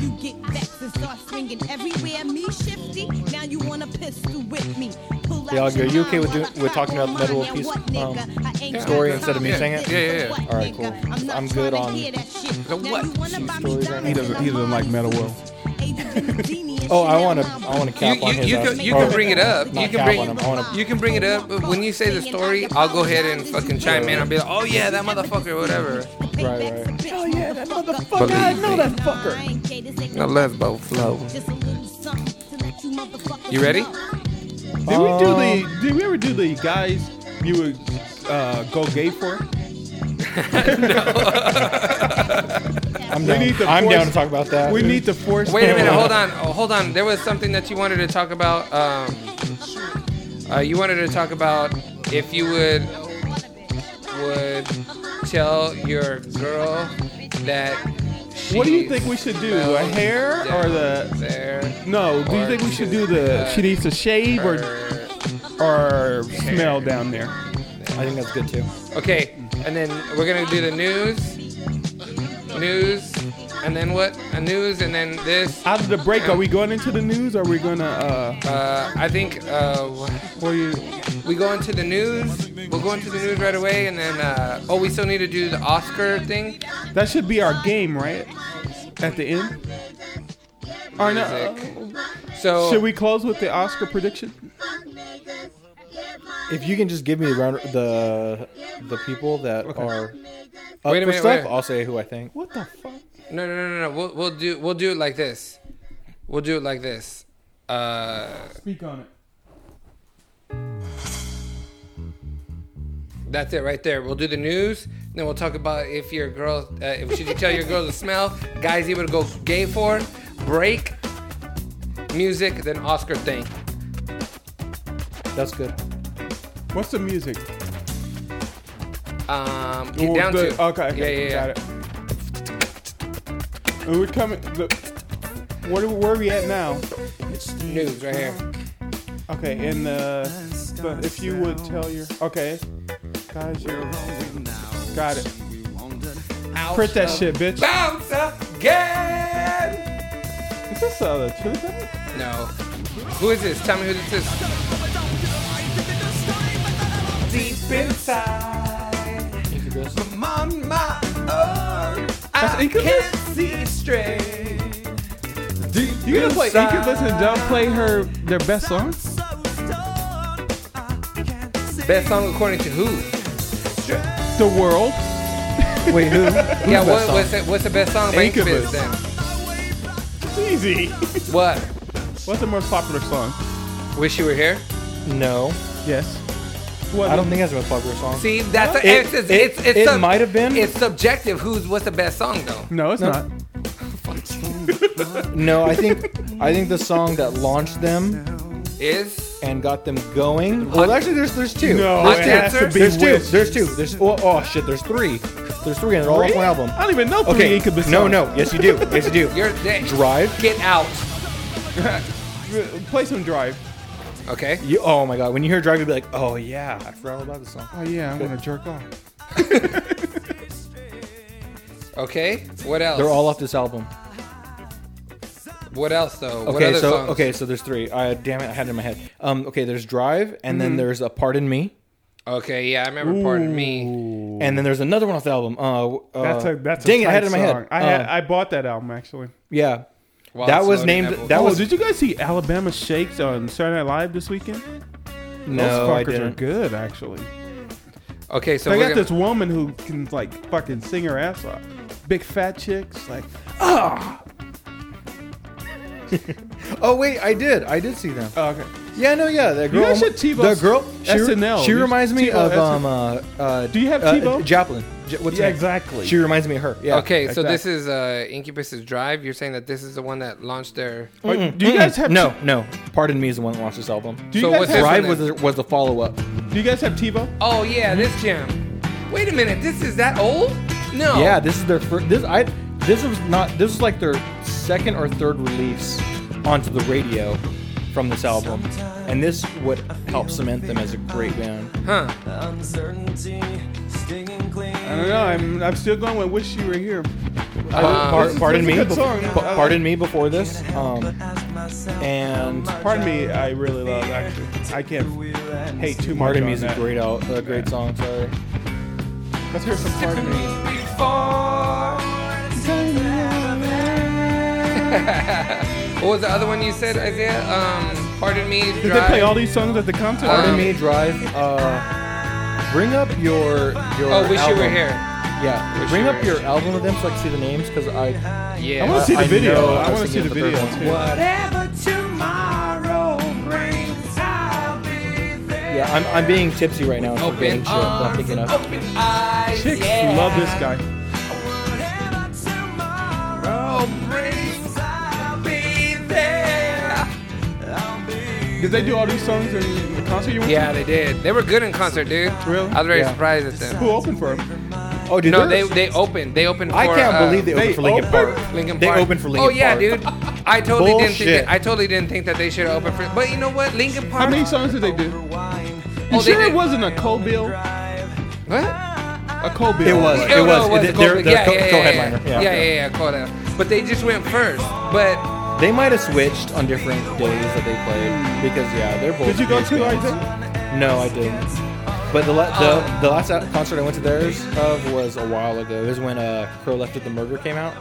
Speaker 6: You get vexed and start swinging everywhere. Me shifty, now you want to pistol with me. Pull
Speaker 4: Hey,
Speaker 6: out
Speaker 4: Augie, are you
Speaker 6: your
Speaker 4: okay with
Speaker 6: gun
Speaker 4: doing-
Speaker 6: while
Speaker 4: with
Speaker 6: I
Speaker 4: talking
Speaker 6: crack
Speaker 4: about the Metal
Speaker 6: on mine. Now
Speaker 4: Piece,
Speaker 6: what,
Speaker 4: um,
Speaker 6: nigga? I ain't
Speaker 4: story
Speaker 6: got
Speaker 4: instead of me
Speaker 6: time
Speaker 4: saying it?
Speaker 6: for
Speaker 2: Yeah, yeah,
Speaker 6: this.
Speaker 2: yeah.
Speaker 6: What,
Speaker 4: All right,
Speaker 6: nigga?
Speaker 4: cool.
Speaker 6: not
Speaker 4: I'm good
Speaker 6: tryna
Speaker 4: on
Speaker 6: hear that shit.
Speaker 2: the
Speaker 6: Now
Speaker 2: what?
Speaker 6: you wanna
Speaker 4: Shoot
Speaker 6: buy me
Speaker 4: stories right now.
Speaker 3: He doesn't, he doesn't like metal well.
Speaker 4: [laughs] Oh, I want to. I want to cap
Speaker 2: You,
Speaker 4: on
Speaker 2: you,
Speaker 4: his.
Speaker 2: you,
Speaker 4: ass.
Speaker 2: can, you
Speaker 4: Or
Speaker 2: can bring it up.
Speaker 4: not
Speaker 2: You can
Speaker 4: cap
Speaker 2: bring
Speaker 4: on him. I want to.
Speaker 2: you can bring it up. But when you say the story, I'll go ahead and fucking chime in. I'll be like, oh yeah, that motherfucker, whatever.
Speaker 4: Right, right.
Speaker 6: Oh yeah, that motherfucker.
Speaker 2: Believe I know me. that
Speaker 6: fucker.
Speaker 2: Now let's both flow. You ready?
Speaker 3: Did we do
Speaker 4: Um,
Speaker 3: the? Did we ever do the guys you would uh, go
Speaker 2: [laughs]
Speaker 3: gay for?
Speaker 4: I'm
Speaker 3: We
Speaker 4: down.
Speaker 3: need to
Speaker 4: I'm
Speaker 3: force-
Speaker 4: down to talk about that.
Speaker 3: We need to force.
Speaker 2: Wait a minute,
Speaker 3: Pamela-
Speaker 2: hold on, oh, hold on. There was something that you wanted to talk about. Um, uh, you wanted to talk about if you would would tell your girl that.
Speaker 3: What do you
Speaker 2: she's
Speaker 3: think we should do?
Speaker 2: fell
Speaker 3: A hair or the?
Speaker 2: there?
Speaker 3: No. Do you think we should do the? She needs to shave or
Speaker 2: Or-
Speaker 3: or smell down there.
Speaker 4: I think that's good too.
Speaker 2: Okay, and then we're gonna do the news, news, and then what? A news, and then this.
Speaker 3: Out of the break, are we going into the news? Or are we gonna? Uh,
Speaker 2: Uh, I think uh, wh-
Speaker 3: where you?
Speaker 2: we go into the news. We'll go into the news right away, and then uh, oh, we still need to do the Oscar thing.
Speaker 3: That should be our game, right? At the end. Or no?
Speaker 2: Music. So
Speaker 3: Should we close with the Oscar prediction?
Speaker 4: If you can just give me the round, the the people that are up
Speaker 2: Wait a
Speaker 4: for
Speaker 2: minute,
Speaker 4: stuff,
Speaker 2: wait.
Speaker 4: I'll say who I think.
Speaker 3: What the fuck?
Speaker 2: No, no, no, no, no. We'll, we'll do we'll do it like this. We'll do it like this. Uh,
Speaker 3: Speak on it.
Speaker 2: that's it right there. We'll do the news, then we'll talk about if your girl, uh, if should you tell your girl to smell, guys you would go gay for, break, music, then Oscar thing.
Speaker 4: That's good.
Speaker 3: What's the music?
Speaker 2: Um, get
Speaker 3: Well,
Speaker 2: down
Speaker 3: the-
Speaker 2: to
Speaker 3: Okay, okay,
Speaker 2: yeah, yeah, yeah.
Speaker 3: got it. And we're coming. The, what are, where are we at now?
Speaker 2: News right here.
Speaker 3: Okay, and uh, but if you would tell your okay, guys, you got it. Print that shit, bitch.
Speaker 2: Bounce again.
Speaker 3: Is this uh, the truth? of it?
Speaker 2: No. Who is this? Tell me who this is. Deep inside. I'm on my own. I
Speaker 3: Incubus?
Speaker 2: can't see straight.
Speaker 3: You gonna play Incubus and don't play her their best song?
Speaker 2: Best song according to who?
Speaker 3: The world.
Speaker 4: Wait, [laughs] who?
Speaker 2: yeah,
Speaker 4: best
Speaker 2: what,
Speaker 4: song?
Speaker 2: what's, the, what's the best song by Incubus
Speaker 3: Incubus.
Speaker 2: then?
Speaker 3: Easy.
Speaker 2: What?
Speaker 3: What's the most popular song?
Speaker 2: Wish You Were Here?
Speaker 4: no,
Speaker 3: Yes. What?
Speaker 4: I don't think that's the most popular song.
Speaker 2: See, that's a,
Speaker 4: It-
Speaker 2: it's, it's,
Speaker 4: it-
Speaker 2: it's, it's
Speaker 4: it might have been.
Speaker 2: It's subjective. Who's what's the best song though?
Speaker 3: No, it's
Speaker 4: No.
Speaker 3: not.
Speaker 4: No, I [laughs] think I think the song that launched them
Speaker 2: Is
Speaker 4: and got them going. Well, actually, there's there's two.
Speaker 3: No,
Speaker 2: Hot
Speaker 3: it has
Speaker 2: Dancer?
Speaker 3: to be
Speaker 4: there's two.
Speaker 3: Wish.
Speaker 4: There's two. There's oh, oh shit. There's three. There's three, and they're all off
Speaker 3: Three?
Speaker 4: one album.
Speaker 3: I don't even know three
Speaker 4: Okay.
Speaker 3: Incubus
Speaker 4: no,
Speaker 3: songs.
Speaker 4: no. Yes, you do. Yes,
Speaker 2: [laughs]
Speaker 4: you do.
Speaker 2: you're that
Speaker 4: Drive.
Speaker 2: Get out.
Speaker 3: Play some Drive.
Speaker 2: Okay.
Speaker 4: You, oh my god. When you hear Drive, you'll be like, oh yeah, I forgot all about this song.
Speaker 3: Oh yeah, I want to jerk off.
Speaker 2: Okay. What else?
Speaker 4: They're all off this album.
Speaker 2: What else though? what
Speaker 4: Okay,
Speaker 2: other
Speaker 4: so
Speaker 2: songs?
Speaker 4: okay, so there's three. I damn it, I had it in my head. Um, okay, there's Drive, and then
Speaker 3: Mm-hmm.
Speaker 4: there's a Pardon Me,
Speaker 2: Okay. Yeah, I remember. Pardon me.
Speaker 4: and then there's another one off the album. Uh, uh
Speaker 3: That's a that's
Speaker 4: dang
Speaker 3: a
Speaker 4: it, I had it
Speaker 3: tight
Speaker 4: in my head.
Speaker 3: song. I had
Speaker 4: Uh,
Speaker 3: I bought that album actually.
Speaker 4: yeah.
Speaker 2: While
Speaker 4: That
Speaker 2: it's
Speaker 4: was
Speaker 2: loading
Speaker 4: named-
Speaker 2: up-
Speaker 4: that
Speaker 3: oh,
Speaker 4: was-
Speaker 3: did you guys see Alabama Shakes on Saturday Night Live this weekend?
Speaker 4: No, I
Speaker 3: Those fuckers are
Speaker 4: didn't.
Speaker 3: good, actually.
Speaker 2: okay. So
Speaker 3: I
Speaker 2: we're
Speaker 3: got
Speaker 2: gonna-
Speaker 3: this woman who can like fucking sing her ass off. Big fat chicks, like ah.
Speaker 4: Oh wait, I did. I did see them.
Speaker 3: Oh, okay.
Speaker 4: Yeah, no, yeah. The girl.
Speaker 3: guys should Tebow
Speaker 4: the girl. She,
Speaker 3: SNL.
Speaker 4: She reminds me
Speaker 3: Tebow
Speaker 4: of um. Uh, uh,
Speaker 3: Do you have
Speaker 4: uh,
Speaker 3: Tebow?
Speaker 4: Joplin. J- what's her
Speaker 3: Yeah,
Speaker 4: name?
Speaker 3: exactly.
Speaker 4: She reminds me of her. Yeah.
Speaker 2: Okay, so
Speaker 3: Exactly.
Speaker 2: this is uh, Incubus's Drive. You're saying that this is the one that launched their.
Speaker 3: Oh, do you guys have
Speaker 4: Mm, No, no. Pardon me is the one that launched this album.
Speaker 3: Do you
Speaker 2: So
Speaker 3: guys
Speaker 2: what's
Speaker 3: have,
Speaker 2: this
Speaker 4: Drive
Speaker 2: one
Speaker 4: was
Speaker 2: then?
Speaker 4: the, was the follow up.
Speaker 3: Do you guys have Tebow?
Speaker 2: Oh yeah, this jam. Wait a minute, this is that old?
Speaker 3: Oh.
Speaker 2: No.
Speaker 4: Yeah, this is their first. This I. This was not. This was like their second or third release onto the radio from this album, and this would help cement them as a great band.
Speaker 2: Huh.
Speaker 7: Uncertainty, stinging clean.
Speaker 3: I don't know. I'm, I'm still going with "Wish You Were Here."
Speaker 4: I would-
Speaker 2: Uh,
Speaker 4: par-
Speaker 3: this is-
Speaker 4: pardon
Speaker 3: this is
Speaker 4: me.
Speaker 3: a good
Speaker 4: bef-
Speaker 3: song.
Speaker 4: pa-
Speaker 3: I like
Speaker 4: pardon me before this. Um, and
Speaker 3: Pardon me. I really love. Actually, I can't hate too much.
Speaker 4: pardon
Speaker 3: on
Speaker 4: me is a
Speaker 3: that.
Speaker 4: great out, a great song. Sorry.
Speaker 3: Let's hear some pardon me.
Speaker 2: [laughs] What was the other one you said, Isaiah? Um, pardon me.
Speaker 3: Did they
Speaker 2: Drive.
Speaker 3: play all these songs at the concert?
Speaker 4: Pardon
Speaker 2: Um,
Speaker 4: me. Drive. Uh, bring up your your.
Speaker 2: Oh, wish you were
Speaker 4: album.
Speaker 2: here.
Speaker 4: Yeah.
Speaker 2: Wish
Speaker 4: bring
Speaker 2: You
Speaker 4: up
Speaker 2: Were
Speaker 4: your album with them so I can see the names because I.
Speaker 2: Yeah.
Speaker 3: I want to see the
Speaker 4: I
Speaker 3: video.
Speaker 4: know I
Speaker 3: I
Speaker 4: was
Speaker 3: want to see
Speaker 4: thinking
Speaker 3: the
Speaker 4: of
Speaker 3: video.
Speaker 4: the third one.
Speaker 3: too.
Speaker 7: Whatever tomorrow brings, I'll be there.
Speaker 4: Yeah, I'm, I'm being tipsy right now. and
Speaker 3: Oh,
Speaker 2: open
Speaker 4: forgetting shit that I'm
Speaker 2: arms
Speaker 4: thinking
Speaker 2: and
Speaker 4: of.
Speaker 2: open eyes.
Speaker 3: Chicks
Speaker 2: yeah.
Speaker 3: love this guy.
Speaker 7: Whatever tomorrow
Speaker 2: Oh, brings.
Speaker 7: brings, I'll be there. I'll be
Speaker 3: Did they do all these songs in the concert you went
Speaker 2: Yeah,
Speaker 3: to?
Speaker 2: they did. They were good in concert, dude.
Speaker 3: Really?
Speaker 2: I was very
Speaker 4: Yeah.
Speaker 2: surprised at them.
Speaker 3: Who opened for them?
Speaker 4: Oh, dude,
Speaker 2: No, they
Speaker 4: they're-
Speaker 2: they opened. They opened. For,
Speaker 4: I can't
Speaker 2: uh,
Speaker 4: believe they opened
Speaker 3: they
Speaker 4: for Lincoln
Speaker 3: opened?
Speaker 4: Park.
Speaker 2: Lincoln
Speaker 4: they
Speaker 2: Park.
Speaker 4: opened for Lincoln
Speaker 2: Oh yeah,
Speaker 4: Park.
Speaker 2: dude. I totally didn't think
Speaker 4: Bullshit.
Speaker 2: that, I totally didn't think that they should open for. But you know what, Lincoln Park.
Speaker 3: How many songs did they do?
Speaker 7: wine.
Speaker 3: You
Speaker 2: Oh, they
Speaker 3: sure it
Speaker 2: did.
Speaker 3: wasn't a Cole Bill?
Speaker 2: What?
Speaker 3: A Cole Bill.
Speaker 4: It was.
Speaker 2: Oh, no, it
Speaker 4: It was. They're-
Speaker 2: was Coldplay.
Speaker 4: they're- they're
Speaker 2: yeah,
Speaker 4: co-
Speaker 2: yeah, yeah,
Speaker 4: co-headliner.
Speaker 2: Yeah,
Speaker 4: Yeah.
Speaker 2: yeah, yeah, yeah, co-headliner. But they just went first. But
Speaker 4: They might have switched on different days that they played because yeah, they're both.
Speaker 3: Did you go
Speaker 4: huge
Speaker 3: to
Speaker 4: bands.
Speaker 3: Isaiah?
Speaker 4: No, I didn't. But the, la- the
Speaker 2: Oh.
Speaker 4: the last out- concert I went to theirs of was a while ago. It was when uh, Crow Left at the Murder came out.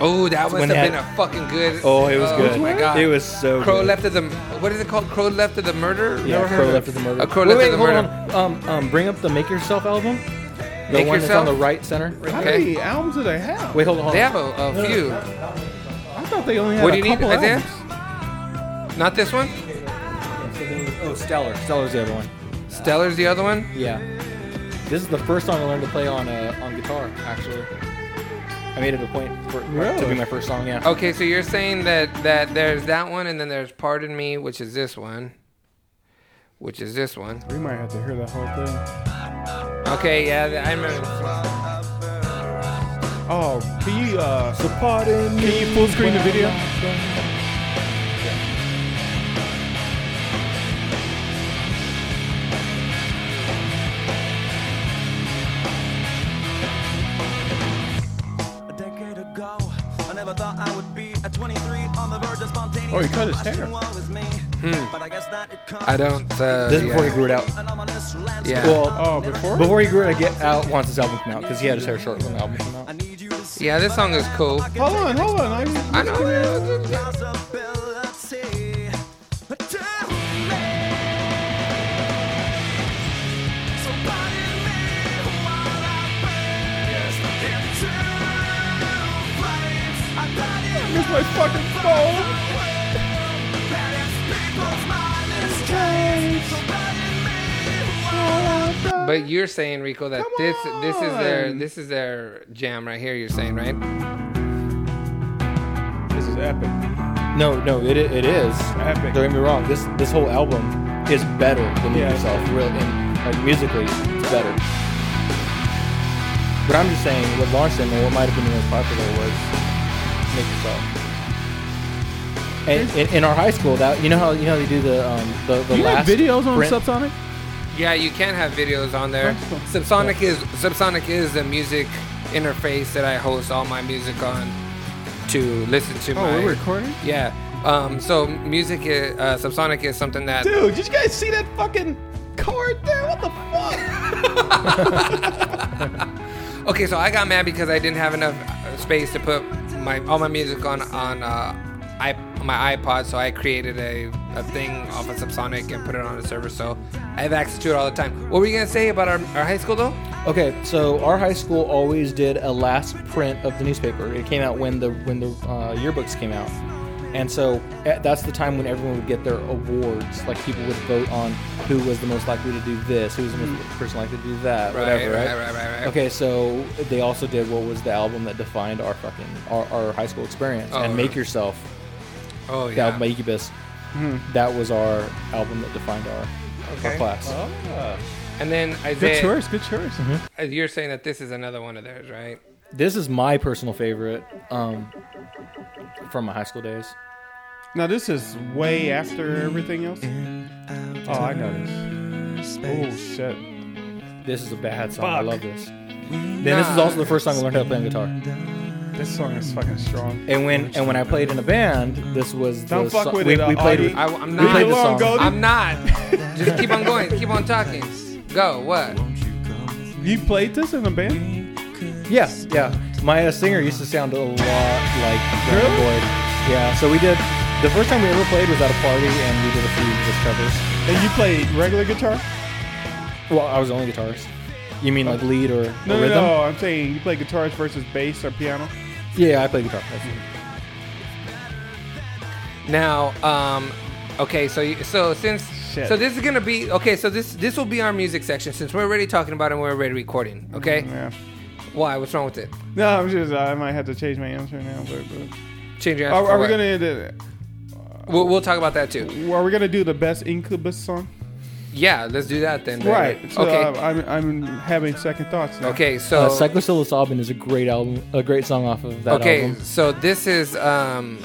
Speaker 2: oh, that must have
Speaker 4: when they
Speaker 2: been
Speaker 4: had-
Speaker 2: a fucking good.
Speaker 4: Oh, it was good.
Speaker 2: Oh my god,
Speaker 4: It was so
Speaker 2: Crow
Speaker 4: good.
Speaker 2: left of the. What is it called? Crow left of the murder.
Speaker 4: Yeah,
Speaker 2: Never heard
Speaker 4: Crow
Speaker 2: of it.
Speaker 4: Left at the Murder.
Speaker 2: A crow
Speaker 4: Uh, wait,
Speaker 2: left
Speaker 4: wait,
Speaker 2: of the
Speaker 4: hold
Speaker 2: murder.
Speaker 4: on. Um, um, bring up the Make Yourself album. The
Speaker 2: Make Yourself?
Speaker 4: one that's on the right center. Right
Speaker 3: How
Speaker 4: there.
Speaker 2: Okay.
Speaker 3: many albums do they have?
Speaker 4: Wait, hold on. Hold
Speaker 2: They
Speaker 4: on.
Speaker 2: have a, a few.
Speaker 3: I thought they only had
Speaker 2: What
Speaker 3: a
Speaker 2: do you need,
Speaker 3: couple
Speaker 2: Isaiah?
Speaker 3: albums.
Speaker 2: Not this one.
Speaker 4: Oh, Stellar. Stellar's the other one.
Speaker 2: Stellar's the other one.
Speaker 4: Yeah. This is the first song I learned to play on uh, on guitar. Actually, I made it a point for to be
Speaker 3: Really?
Speaker 4: my first song. Yeah.
Speaker 2: Okay, so you're saying that that there's that one, and then there's Pardon Me, which is this one, which is this one.
Speaker 3: We might have to hear that whole thing.
Speaker 2: Okay, yeah, th- I remember.
Speaker 3: Oh, can you uh, so pardon me? Can you full screen the video?
Speaker 7: A decade ago, I never thought I would be at 23 on the verge of spontaneous.
Speaker 3: Oh, he cut his
Speaker 7: combustion.
Speaker 3: hair.
Speaker 7: Woe is me. But I guess that it comes
Speaker 2: Hmm. I don't. Uh,
Speaker 4: This is
Speaker 2: yeah.
Speaker 4: before he grew it out.
Speaker 7: an ominous landscape.
Speaker 2: Yeah.
Speaker 4: Well,
Speaker 3: Oh, before?
Speaker 4: Before he grew it, I get out once his album came out because he had his hair short when the album came
Speaker 7: I
Speaker 4: out.
Speaker 7: need you to see
Speaker 2: Yeah, this song is cool.
Speaker 3: Hold on, hold on. I'm,
Speaker 2: I know.
Speaker 7: possibility. Tell me. So pardon me while I burst into flames. I pardon
Speaker 3: Here's my fucking phone.
Speaker 7: that it's people's mindless So pardon me while I
Speaker 2: But you're saying, Rico, that
Speaker 3: Come
Speaker 2: this this is their
Speaker 3: on.
Speaker 2: this is their jam right here. You're saying, right?
Speaker 3: This is epic.
Speaker 4: No, no, it, it is.
Speaker 3: Epic.
Speaker 4: Don't get me wrong. This this whole album is better than
Speaker 3: Yeah.
Speaker 4: yourself, really, and like musically, it's better. But I'm just saying, what launched him and what might have been the most popular was "Make Yourself." And in, in our high school, that you know how you know how they do the um, the, the
Speaker 3: Do you have
Speaker 4: last
Speaker 3: videos on
Speaker 4: print-
Speaker 3: Subsonic?
Speaker 2: Yeah, you can have videos on there. Subsonic is Subsonic is the music interface that I host all my music on to listen to.
Speaker 3: Oh,
Speaker 2: my,
Speaker 3: we're recording?
Speaker 2: Yeah. Um, so music, is, uh, Subsonic is something that
Speaker 3: Dude, did you guys see that fucking card there? What the fuck?
Speaker 2: Okay, so I got mad because I didn't have enough uh, space to put my all my music on on uh, I, my iPod, so I created a, a thing off of Subsonic and put it on a server, so I have access to it all the time. What were you going to say about our, our high school, though?
Speaker 4: Okay, so our high school always did a last print of the newspaper. It came out when the when the uh, yearbooks came out, and so at, that's the time when everyone would get their awards. Like people would vote on who was the most likely to do this, who was the most person likely to do that,
Speaker 2: Mm-hmm. Right,
Speaker 4: whatever.
Speaker 2: right,
Speaker 4: Right?
Speaker 2: right, right, right.
Speaker 4: Okay, so they also did what was the album that defined our fucking our, our high school experience
Speaker 2: Oh,
Speaker 4: and Make
Speaker 2: right.
Speaker 4: Yourself,
Speaker 2: Oh, yeah.
Speaker 4: the
Speaker 2: Hmm.
Speaker 4: album by Incubus. That was our album that defined our, our
Speaker 2: Okay.
Speaker 4: class.
Speaker 2: and then
Speaker 3: Good
Speaker 2: Isaiah,
Speaker 3: choice. Good choice. Mm-hmm.
Speaker 2: uh, you're saying that this is another one of theirs, right?
Speaker 4: This is my personal favorite um, from my high school days.
Speaker 3: Now this is way after everything else. Oh, I know this. Oh shit.
Speaker 4: This is a bad song. I
Speaker 3: Fuck.
Speaker 4: love this. Then this is also the first time I learned how to play on guitar.
Speaker 3: This song is fucking strong.
Speaker 4: And when and when I played in a band, this was the
Speaker 3: Don't fuck
Speaker 4: song-
Speaker 3: with
Speaker 4: we,
Speaker 3: it,
Speaker 4: we
Speaker 3: uh,
Speaker 4: played
Speaker 3: Audie.
Speaker 4: with,
Speaker 2: I, am
Speaker 4: we played
Speaker 2: not.
Speaker 4: the
Speaker 3: along,
Speaker 4: song.
Speaker 3: Goldie.
Speaker 2: I'm not. [laughs] Just keep on going. Keep on talking. Go. What?
Speaker 3: You played this in a band?
Speaker 4: Yeah, yeah. My uh, singer used to sound a lot like Graham
Speaker 3: Really?
Speaker 4: Boyd. Yeah. So we did. The first time we ever played was at a party, and we did a few just covers.
Speaker 3: And you played regular guitar?
Speaker 4: Well, I was the only guitarist. You mean like lead or, or
Speaker 3: No, no,
Speaker 4: rhythm?
Speaker 3: no. I'm saying you play guitars versus bass or piano.
Speaker 4: Yeah, I play guitar. That's
Speaker 3: Mm-hmm.
Speaker 4: it.
Speaker 2: Now, um, okay, so you, so since
Speaker 3: Shit.
Speaker 2: so this is gonna be okay, so this this will be our music section since we're already talking about it and we're already recording. Okay,
Speaker 3: Yeah.
Speaker 2: why? What's wrong with it?
Speaker 3: No, I'm just. I might have to change my answer now. But, but.
Speaker 2: Change your answer.
Speaker 3: Are,
Speaker 2: for
Speaker 3: are we
Speaker 2: what?
Speaker 3: gonna? do-
Speaker 2: We'll, we'll talk about that too.
Speaker 3: Are we gonna do the best Incubus song?
Speaker 2: Yeah, let's do that then. baby.
Speaker 3: Right. So
Speaker 2: okay.
Speaker 3: uh, I'm, I'm having second thoughts. Now.
Speaker 2: okay. So
Speaker 4: Uh, Psychopsilocybin is a great album, a great song off of that
Speaker 2: okay.
Speaker 4: album.
Speaker 2: So this is um.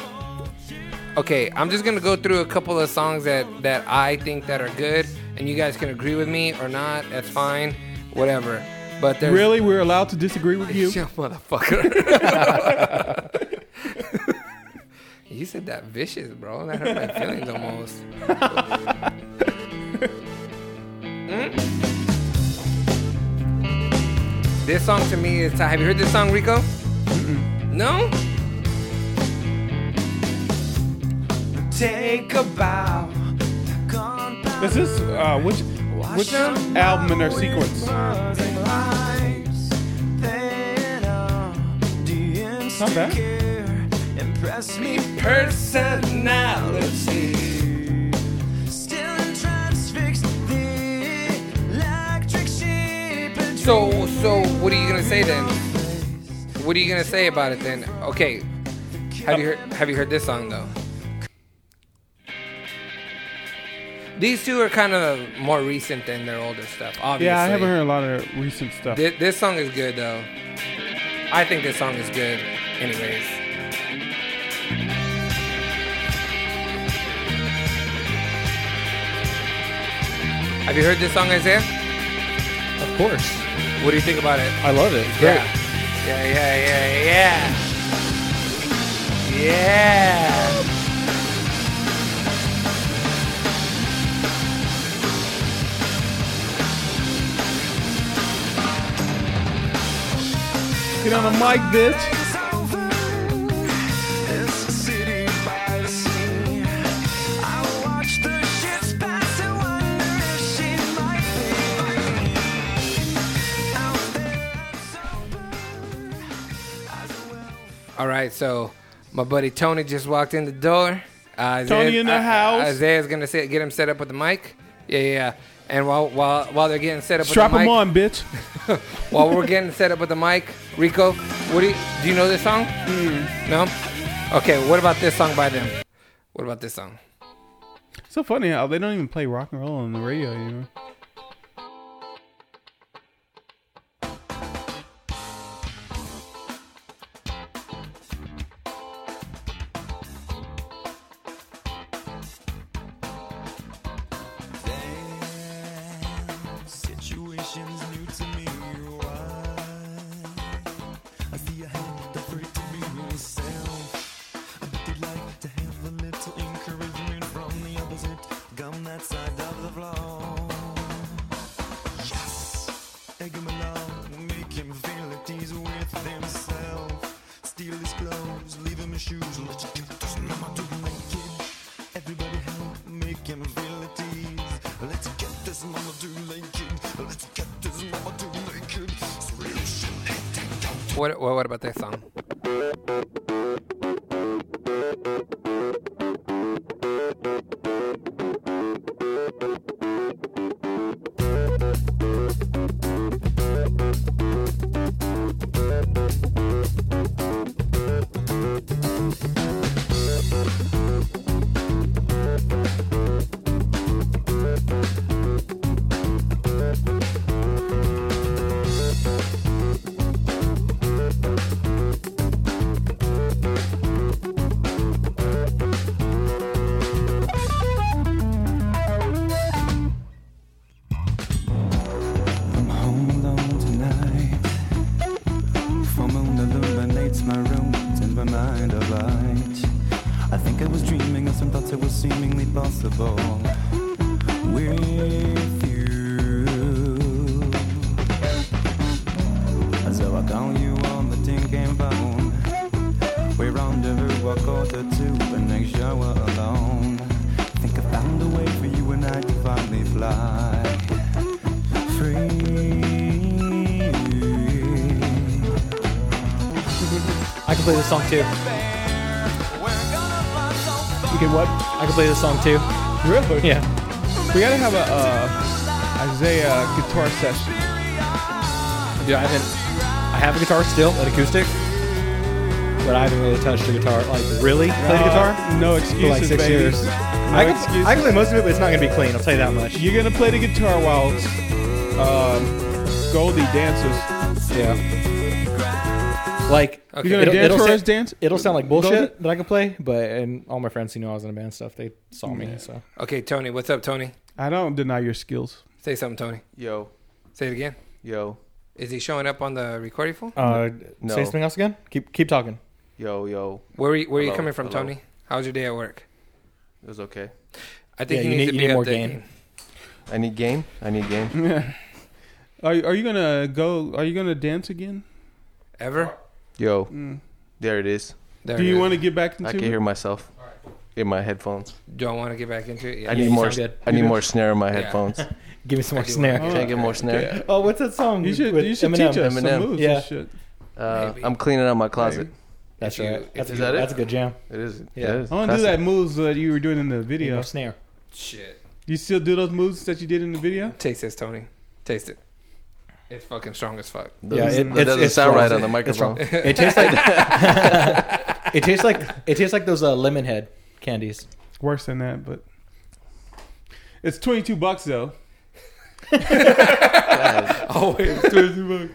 Speaker 2: Okay, I'm just gonna go through a couple of songs that that I think that are good, and you guys can agree with me or not. That's fine, whatever. But there's
Speaker 3: Really, we're allowed to disagree
Speaker 2: [laughs]
Speaker 3: with you?
Speaker 2: Yeah, motherfucker. [laughs] you said that vicious, bro. That hurt my feelings almost. Hmm? Mm. This song to me is. Have you heard this song, Rico? No.
Speaker 7: Take a bow.
Speaker 3: This is uh, which which album in their sequence? Not bad.
Speaker 7: Impress me
Speaker 2: Personality.
Speaker 7: still transfixed the electric sheep.
Speaker 2: So, so what are you gonna say then? What are you gonna say about it then? Okay. Have you heard, have you heard this song though? These two are kind of more recent than their older stuff. Obviously.
Speaker 3: Yeah, I haven't heard a lot of recent stuff.
Speaker 2: This, this song is good though. I think this song is good. Anyways. Have you heard this song, Isaiah?
Speaker 4: Of course.
Speaker 2: What do you think about it?
Speaker 4: I love it.
Speaker 2: Yeah. Yeah, yeah, yeah, yeah. Yeah.
Speaker 3: Get on the mic, bitch.
Speaker 2: All right, so my buddy Tony just walked in the door. Uh,
Speaker 3: Tony in the
Speaker 2: I-
Speaker 3: house.
Speaker 2: Isaiah's gonna sit, get him set up with the mic. Yeah, yeah. yeah. And while while while they're getting set up
Speaker 3: Strap
Speaker 2: with the
Speaker 3: them
Speaker 2: mic,
Speaker 3: on, bitch.
Speaker 2: while we're getting set up with the mic, Rico, what do you, do you know this song?
Speaker 3: Mm-hmm.
Speaker 2: No. Okay, what about this song by them? What about this song?
Speaker 3: so funny how they don't even play rock and roll on the radio anymore.
Speaker 7: Situations new to me. Why? I see a hand that free to be myself. I bet you'd like to have a little encouragement from the opposite gum that side of the floor. Yes! Egg him along, make him feel at ease with himself. Steal his clothes, leave him a shoe. shoes, let you get this number to make it. Everybody help me can feel at ease. Let's get this number to make it. Let's get this number to make it. Solution and out.
Speaker 2: What, what, what about this song?
Speaker 7: I'm home alone tonight. Full moon illuminates my room, turns my mind alight. I think I was dreaming of some thoughts that were seemingly possible. With you. So I call you on the tinking phone. We rendezvous a quarter to the next shower alone. Think I found a way for you and I to finally fly free.
Speaker 4: I can play this song too.
Speaker 3: You can what?
Speaker 4: I can play this song too.
Speaker 3: Really?
Speaker 4: Yeah.
Speaker 3: We gotta have a uh, Isaiah guitar session.
Speaker 4: Dude, I haven't. I have a guitar still, an acoustic, but I haven't really touched a guitar. Like really played a guitar
Speaker 3: Uh, no
Speaker 4: for
Speaker 3: excuses,
Speaker 4: like six
Speaker 3: baby.
Speaker 4: years.
Speaker 3: No
Speaker 4: I can,
Speaker 3: excuses.
Speaker 4: I can play most of it, but it's not gonna be clean. I'll tell you that much.
Speaker 3: You're gonna play the guitar while um, Goldie dances.
Speaker 4: Yeah. Like
Speaker 2: Okay.
Speaker 3: You're gonna
Speaker 4: It'll-
Speaker 3: dance
Speaker 4: it'll
Speaker 3: for
Speaker 4: say-
Speaker 3: us, dance?
Speaker 4: it'll sound like
Speaker 3: Goldie?
Speaker 4: bullshit that I can play, but and all my friends who knew I was in a band and stuff, they saw me. So
Speaker 2: Okay, Tony, what's up, Tony?
Speaker 3: I don't deny your skills.
Speaker 2: Say something, Tony.
Speaker 8: Yo,
Speaker 2: Say it again.
Speaker 8: yo,
Speaker 2: Is he showing up on the recording phone?
Speaker 4: uh,
Speaker 8: No.
Speaker 4: say something else again. Keep keep talking.
Speaker 8: yo, yo.
Speaker 2: Where are you, where are you
Speaker 8: Hello,
Speaker 2: coming from,
Speaker 8: hello.
Speaker 2: Tony? How was your day at work?
Speaker 8: It was okay.
Speaker 2: I think
Speaker 4: Yeah,
Speaker 2: he needs
Speaker 4: you need-
Speaker 2: to
Speaker 4: you
Speaker 2: be
Speaker 4: need
Speaker 2: up
Speaker 4: more
Speaker 2: there.
Speaker 4: game.
Speaker 8: I need game. I need game.
Speaker 3: Are you, are you gonna go? Are you gonna dance again?
Speaker 2: Ever?
Speaker 8: Yo,
Speaker 3: Mm.
Speaker 8: there it is.
Speaker 2: There
Speaker 3: Do
Speaker 2: it
Speaker 3: you
Speaker 2: is.
Speaker 3: want to get back into
Speaker 8: I can
Speaker 3: it?
Speaker 8: hear myself in my headphones.
Speaker 2: Don't want to get back into it. Yeah.
Speaker 8: I
Speaker 4: you
Speaker 8: need more.
Speaker 4: sound good.
Speaker 8: I need more snare in my
Speaker 2: Yeah.
Speaker 8: headphones. Can
Speaker 4: Give me some more
Speaker 2: do
Speaker 4: snare.
Speaker 3: want-
Speaker 8: I get more snare?
Speaker 4: Oh, what's that song?
Speaker 3: You should,
Speaker 4: with
Speaker 3: you should
Speaker 4: Eminem?
Speaker 3: teach us
Speaker 8: Eminem.
Speaker 3: some moves
Speaker 4: Yeah.
Speaker 3: and shit.
Speaker 8: Uh,
Speaker 2: Maybe.
Speaker 8: I'm cleaning out my closet.
Speaker 4: That's
Speaker 2: If you-
Speaker 4: right. That's, a
Speaker 8: is
Speaker 4: good,
Speaker 8: that it?
Speaker 4: that's a good jam.
Speaker 8: It is.
Speaker 4: Yeah.
Speaker 8: It is.
Speaker 3: I want to do
Speaker 8: Classic.
Speaker 3: that moves that you were doing in the
Speaker 4: Yeah.
Speaker 3: video.
Speaker 4: More [laughs] snare.
Speaker 2: Shit.
Speaker 3: Do you still do those moves that you did in the video?
Speaker 2: Taste this, Tony. Taste it. It's fucking strong as fuck.
Speaker 4: Yeah,
Speaker 8: Doesn't-
Speaker 4: it-
Speaker 8: that
Speaker 4: it's-
Speaker 8: doesn't
Speaker 4: it's
Speaker 8: sound
Speaker 4: wrong.
Speaker 8: right on the
Speaker 4: It's wrong.
Speaker 8: microphone.
Speaker 4: It tastes like it tastes like [laughs] it tastes like those uh, lemon head candies.
Speaker 3: Worse than that, but it's twenty two bucks though.
Speaker 2: Oh,
Speaker 3: [laughs]
Speaker 2: wait. you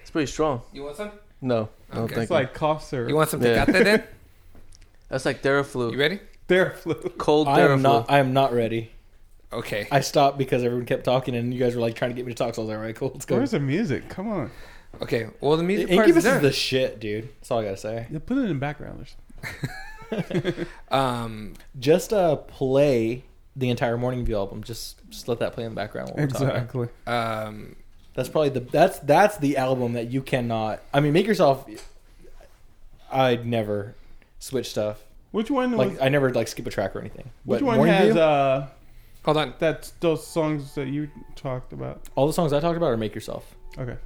Speaker 8: It's pretty strong.
Speaker 2: want some?
Speaker 8: No, no,
Speaker 2: Okay.
Speaker 8: thank
Speaker 3: It's
Speaker 8: you.
Speaker 3: like cough syrup.
Speaker 2: You want some
Speaker 8: Yeah.
Speaker 2: tecate
Speaker 8: [laughs]
Speaker 2: then?
Speaker 8: That's like
Speaker 2: You
Speaker 8: Theraflu.
Speaker 2: ready?
Speaker 3: Theraflu.
Speaker 8: Cold
Speaker 4: I am
Speaker 8: Theraflu.
Speaker 4: not. I am not ready.
Speaker 2: Okay.
Speaker 4: I stopped because everyone kept talking and you guys were like trying to get me to talk. So I was like, all right, cool, let's go.
Speaker 3: Where's the music? Come on,
Speaker 2: Okay. Well, the music part is
Speaker 4: Incubus is
Speaker 2: done.
Speaker 4: the shit, dude. That's all I gotta say.
Speaker 3: Yeah, put it in backgrounders.
Speaker 2: um,
Speaker 4: Just uh, play the entire Morning View album. Just just let that play in the background. While we're talking.
Speaker 3: Exactly.
Speaker 2: um,
Speaker 4: That's probably the that's that's the album that you cannot. I mean, make yourself. I'd never switch stuff.
Speaker 3: Which one? was,
Speaker 4: Like I never like skip a track or anything.
Speaker 3: which
Speaker 4: But
Speaker 3: one
Speaker 4: Morning
Speaker 3: has
Speaker 4: View?
Speaker 3: uh
Speaker 2: hold on.
Speaker 3: that's those songs that you talked about?
Speaker 4: all the songs I talked about are Make Yourself.
Speaker 3: Okay.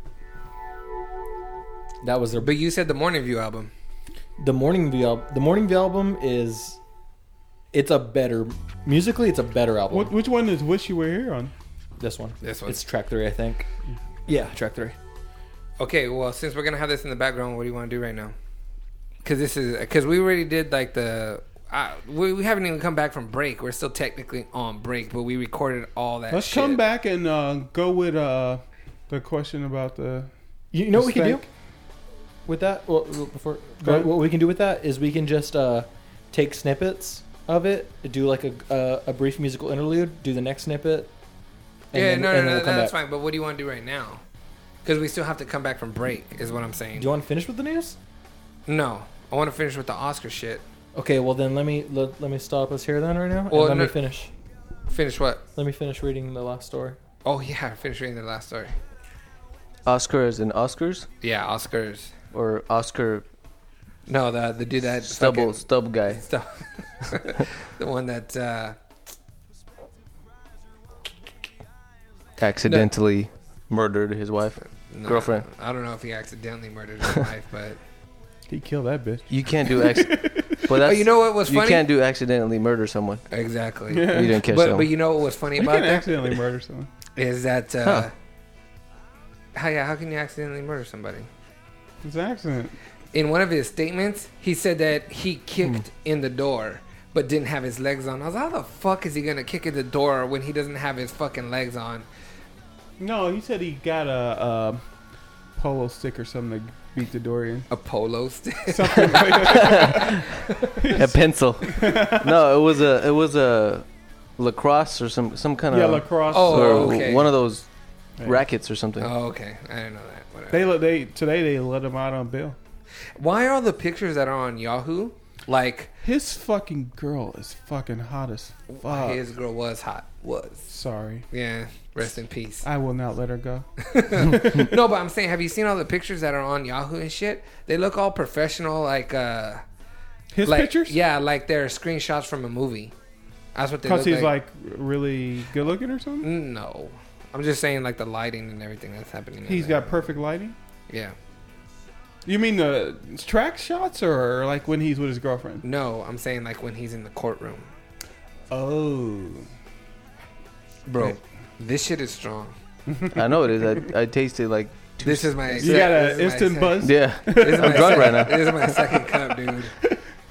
Speaker 4: That was their
Speaker 2: But you said the Morning View album.
Speaker 4: the Morning View. Al- the Morning View album is. It's a better musically. It's a better album.
Speaker 3: What, which one is "Wish You Were Here" on?
Speaker 4: This one.
Speaker 2: This one.
Speaker 4: It's track three, I think. Yeah, track three.
Speaker 2: Okay. Well, since we're gonna have this in the background, what do you want to do right now? Because this is because we already did like the. I, we, we haven't even come back from break. We're still technically on break, but we recorded all that.
Speaker 3: Let's
Speaker 2: shit.
Speaker 3: come back and uh, go with uh the question about the.
Speaker 4: You know what we can do
Speaker 3: Mistake.
Speaker 4: with that? Well, well, before
Speaker 3: Go ahead.
Speaker 4: what we can do with that is we can just uh, take snippets of it, do like a uh, a brief musical interlude, do the next snippet. and
Speaker 2: Yeah.
Speaker 4: then-
Speaker 2: no, no,
Speaker 4: and
Speaker 2: no.
Speaker 4: then we'll come
Speaker 2: that's
Speaker 4: back.
Speaker 2: fine. But what do you want to do right now? Because we still have to come back from break, is what I'm saying.
Speaker 4: Do you want to finish with the news?
Speaker 2: no, I want to finish with the Oscar shit.
Speaker 4: Okay, well then let me let, let me stop us here then right now. and
Speaker 2: Well,
Speaker 4: let
Speaker 2: no-
Speaker 4: me finish.
Speaker 2: Finish what?
Speaker 4: Let me finish reading the last story.
Speaker 2: Oh [laughs] yeah, finish reading the last story.
Speaker 8: Oscar as in Oscars
Speaker 2: Yeah, Oscars.
Speaker 8: or Oscar
Speaker 2: No, the the dude that
Speaker 8: Stubble,
Speaker 2: fucking-
Speaker 8: stub guy.
Speaker 2: stub- the one that uh,
Speaker 8: Accidentally murdered his wife.
Speaker 2: no,
Speaker 8: Girlfriend.
Speaker 2: I don't know if he accidentally murdered
Speaker 4: [laughs]
Speaker 2: his wife, but
Speaker 3: He killed that bitch.
Speaker 8: You can't
Speaker 2: [laughs]
Speaker 8: do acc but that's
Speaker 2: oh, you know what was
Speaker 8: you
Speaker 2: funny?
Speaker 8: can't do accidentally murder someone.
Speaker 2: exactly.
Speaker 3: Yeah.
Speaker 8: You didn't catch
Speaker 2: But,
Speaker 8: someone.
Speaker 2: but you know what was funny
Speaker 3: You
Speaker 2: about
Speaker 3: can
Speaker 2: that
Speaker 3: accidentally murder someone.
Speaker 2: is that uh,
Speaker 8: Huh.
Speaker 2: how yeah how can you accidentally murder somebody?
Speaker 3: It's an accident.
Speaker 2: in one of his statements, he said that he kicked
Speaker 3: Hmm.
Speaker 2: in the door but didn't have his legs on. I was like, how the fuck is he gonna kick in the door when he doesn't have his fucking legs on?
Speaker 3: No, he said he got a, uh polo stick or something to beat the door in. [laughs]
Speaker 2: A polo stick. [laughs]
Speaker 3: Something like that.
Speaker 8: [laughs] a pencil. no, it was a it was a lacrosse or some some kind
Speaker 3: [laughs]
Speaker 8: of
Speaker 3: yeah, lacrosse.
Speaker 2: Oh,
Speaker 8: or
Speaker 2: okay.
Speaker 8: one of those
Speaker 3: Yeah.
Speaker 8: rackets or something.
Speaker 2: Oh, okay. I didn't know that. Whatever.
Speaker 3: They let they today they let him out on bail.
Speaker 2: Why are the pictures that are on Yahoo like
Speaker 3: His fucking girl is fucking hot as fuck.
Speaker 2: his girl was hot? Was.
Speaker 3: Sorry,
Speaker 2: Yeah. Rest in peace.
Speaker 3: [laughs] I will not let her
Speaker 2: [laughs]
Speaker 3: go.
Speaker 2: no, but I'm saying, have you seen all the pictures that are on Yahoo and shit? They look all professional, like uh,
Speaker 3: His
Speaker 2: like,
Speaker 3: pictures?
Speaker 2: Yeah, like they're screenshots from a movie. That's what they
Speaker 3: because
Speaker 2: look
Speaker 3: he's like really good looking or something.
Speaker 2: No. I'm just saying, like, the lighting and everything that's happening. in
Speaker 3: He's
Speaker 2: there.
Speaker 3: got perfect lighting.
Speaker 2: Yeah.
Speaker 3: You mean the track shots or like when he's with his girlfriend?
Speaker 2: No, I'm saying, like, when he's in the courtroom.
Speaker 3: Oh,
Speaker 2: Bro, this shit is strong.
Speaker 8: I know it is. I, I
Speaker 2: [laughs]
Speaker 8: tasted like two
Speaker 2: This is my.
Speaker 3: you
Speaker 2: sec-
Speaker 3: got
Speaker 2: this is
Speaker 3: an
Speaker 2: my
Speaker 3: instant
Speaker 2: sec-
Speaker 3: buzz.
Speaker 8: yeah.
Speaker 2: This is
Speaker 8: I'm
Speaker 2: my
Speaker 8: drunk
Speaker 2: sec-
Speaker 8: right now.
Speaker 2: This is my second cup, dude.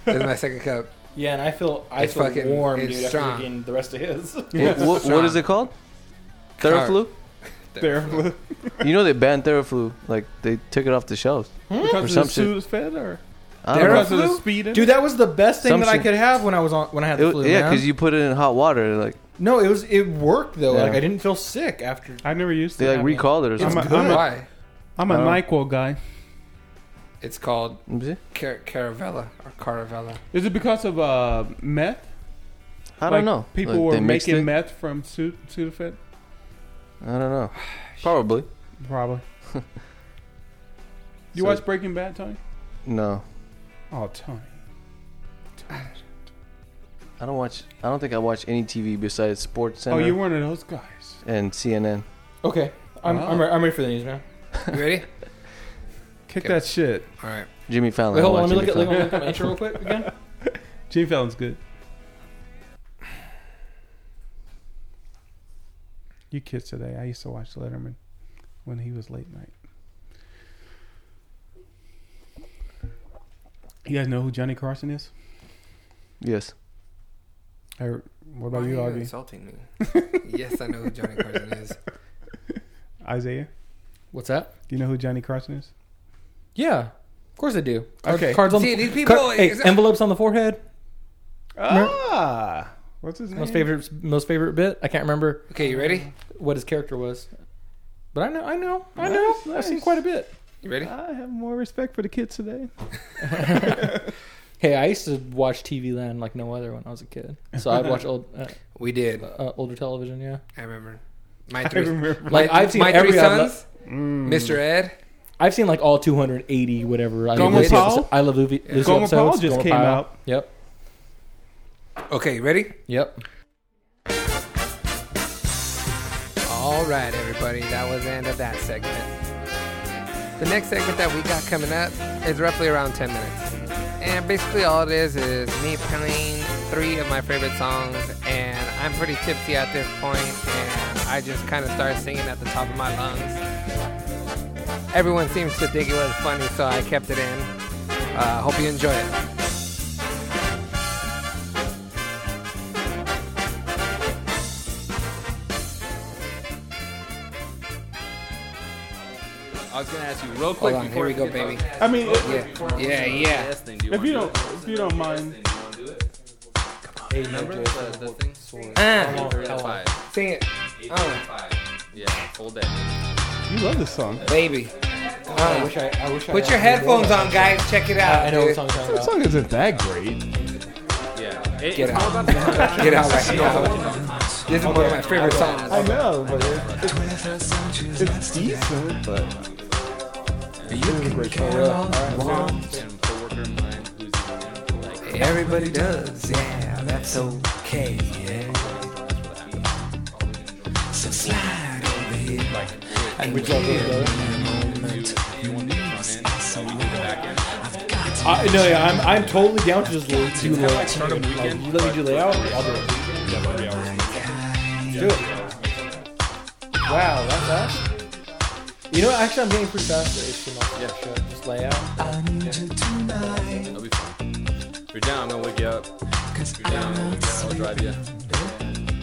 Speaker 2: This is my second cup.
Speaker 4: Yeah, and I feel I
Speaker 2: It's
Speaker 4: feel
Speaker 2: fucking-
Speaker 4: warm,
Speaker 2: it's
Speaker 4: dude. After
Speaker 2: strong.
Speaker 4: drinking the rest of his.
Speaker 8: Wh- wh- what is it called? Theraflu.
Speaker 3: There,
Speaker 8: You know they banned Theraflu. Like they took it off the shelves. Or
Speaker 3: because
Speaker 8: some
Speaker 3: of the suit
Speaker 8: shit.
Speaker 3: fed or
Speaker 8: I don't know.
Speaker 3: because of the
Speaker 4: Theraflu?
Speaker 3: speed. in
Speaker 4: [laughs] Dude,
Speaker 3: it?
Speaker 4: that was the best thing
Speaker 8: Some
Speaker 4: that I
Speaker 8: shit.
Speaker 4: could have when I was on when I had the
Speaker 8: It-
Speaker 4: flu.
Speaker 8: yeah,
Speaker 4: man.
Speaker 8: because you put it in hot water. Like
Speaker 4: no, it was it worked though.
Speaker 8: Yeah.
Speaker 4: Like I didn't feel sick after.
Speaker 3: I never used.
Speaker 8: they
Speaker 3: it.
Speaker 8: like Oh. recalled it or
Speaker 3: I'm
Speaker 8: something.
Speaker 3: a, I'm a,
Speaker 2: Why?
Speaker 3: I'm a
Speaker 8: I
Speaker 3: Nyquil guy.
Speaker 2: It's called
Speaker 8: Let me see.
Speaker 2: Car- Caravella or Caravella.
Speaker 3: Is it because of uh, meth?
Speaker 8: I don't
Speaker 3: Like,
Speaker 8: know.
Speaker 3: People
Speaker 8: Like,
Speaker 3: were
Speaker 8: they mixed
Speaker 3: making
Speaker 8: it?
Speaker 3: meth from Sud- Sudafed.
Speaker 8: I don't know. Probably.
Speaker 3: Probably. you
Speaker 8: So-
Speaker 3: watch Breaking Bad, Tony?
Speaker 8: No.
Speaker 3: Oh, Tony.
Speaker 8: I don't watch. I don't think I watch any TV besides Sports
Speaker 3: Oh,
Speaker 8: Center
Speaker 3: you're one of those guys.
Speaker 8: and CNN.
Speaker 4: Okay, I'm
Speaker 3: Wow.
Speaker 4: I'm, re- I'm ready for the news, man.
Speaker 2: You ready?
Speaker 3: Kick
Speaker 2: Okay.
Speaker 3: that shit.
Speaker 2: All right.
Speaker 8: Jimmy Fallon.
Speaker 4: Wait, hold
Speaker 8: I
Speaker 4: on. Let
Speaker 8: watch
Speaker 4: me look at, let
Speaker 8: Jimmy
Speaker 4: me look at my intro
Speaker 2: [laughs]
Speaker 4: real quick again.
Speaker 3: Gene Fallon's good. You kids today. I used to watch Letterman when he was late night. You guys know who Johnny Carson is?
Speaker 8: Fallon. Yes.
Speaker 3: Or what
Speaker 2: Why
Speaker 3: about
Speaker 2: are
Speaker 3: you,
Speaker 2: you
Speaker 3: Augie?
Speaker 2: insulting me? yes, I know who Johnny Carson is.
Speaker 3: Isaiah?
Speaker 4: What's that?
Speaker 3: Do you know who Johnny Carson is?
Speaker 4: Yeah, of course I do. Cards,
Speaker 3: Okay.
Speaker 4: Cards on
Speaker 2: See,
Speaker 4: the,
Speaker 2: these people-
Speaker 4: car- hey,
Speaker 2: is-
Speaker 4: envelopes on the forehead.
Speaker 3: Ah! What's his name?
Speaker 4: Most favorite, most favorite bit. I can't remember
Speaker 2: Okay, you ready?
Speaker 4: what his character was, but I know, I know, I
Speaker 3: Nice,
Speaker 4: know. I've
Speaker 3: nice.
Speaker 4: seen quite a bit.
Speaker 2: You ready?
Speaker 3: I have more respect for the kids today.
Speaker 4: Hey, I used to watch TV Land like no other when I was a kid. So I'd
Speaker 2: [laughs]
Speaker 4: watch old, uh,
Speaker 2: We did.
Speaker 4: uh, older television. Yeah,
Speaker 2: I remember. My
Speaker 3: [laughs]
Speaker 4: [laughs]
Speaker 3: I
Speaker 2: three,
Speaker 3: remember.
Speaker 2: my,
Speaker 4: Like, I've seen
Speaker 2: my three
Speaker 4: every Mm. outlet.
Speaker 2: sons, Mr. Ed.
Speaker 4: I've seen like all 280 whatever. I
Speaker 3: Gone
Speaker 4: love
Speaker 2: with
Speaker 4: Lucy
Speaker 3: Paul?
Speaker 4: episo- I love Lucy, Lucy
Speaker 3: Gone with Paul
Speaker 4: episodes.
Speaker 3: just
Speaker 4: Gone with
Speaker 3: came
Speaker 4: Paul.
Speaker 3: out.
Speaker 4: Yep,
Speaker 2: Okay, ready?
Speaker 4: yep.
Speaker 2: All right, everybody, that was the end of that segment. The next segment that we got coming up is roughly around 10 minutes. And basically, all it is is me playing three of my favorite songs, and I'm pretty tipsy at this point, and I just kind of start singing at the top of my lungs. Everyone seems to think it was funny, so I kept it in. Uh, hope you enjoy it.
Speaker 9: I was gonna ask you real
Speaker 2: Hold
Speaker 9: quick
Speaker 2: on,
Speaker 9: before
Speaker 2: here we go,
Speaker 9: get
Speaker 2: baby.
Speaker 3: I mean, if,
Speaker 2: Yeah, yeah, yeah.
Speaker 9: Yes, thing. Do you
Speaker 3: if
Speaker 9: wanna
Speaker 3: you
Speaker 9: do
Speaker 3: don't,
Speaker 9: it?
Speaker 3: if you don't mind,
Speaker 9: Yes, thing. You wanna do it?
Speaker 4: Hey,
Speaker 9: Remember
Speaker 4: Ninja.
Speaker 9: the, the thing?
Speaker 2: Uh,
Speaker 9: Three out of five.
Speaker 2: sing it,
Speaker 9: Eight
Speaker 2: Oh.
Speaker 9: out of five. Yeah, full day.
Speaker 3: you love this song.
Speaker 2: baby. Ah.
Speaker 4: I wish I, I wish I
Speaker 2: Put your
Speaker 4: had-
Speaker 2: headphones on, guys. Check it out.
Speaker 4: I know what
Speaker 2: dude.
Speaker 4: song you're talking
Speaker 3: This
Speaker 4: about.
Speaker 3: song isn't that great.
Speaker 9: Yeah. It,
Speaker 2: Get out. Get out right now. This is one of my favorite
Speaker 3: I
Speaker 2: songs.
Speaker 3: know, but it's, it's decent. But
Speaker 4: For real. All right.
Speaker 9: It's in four her mind who's you know, like
Speaker 2: Everybody does, yeah, that's okay, yeah. So slide over here.
Speaker 9: like
Speaker 2: And
Speaker 4: Which y'all
Speaker 2: we're
Speaker 4: think about
Speaker 9: you want the front end, so we do the back end.
Speaker 4: I, no, yeah, I'm, I'm totally down to just like, do
Speaker 9: Kinda like
Speaker 4: layout.
Speaker 9: startup
Speaker 4: Like, you
Speaker 9: weekend.
Speaker 4: let me do layout, I'll do it. Do it. Wow, that's fast. You know, actually, I'm getting pretty fast at HTML.
Speaker 9: Yeah.
Speaker 4: Sure, Just layout.
Speaker 9: It'll be fun. If you're down, I'm gonna wake you up. If you're down, I'm down, I'll drive you.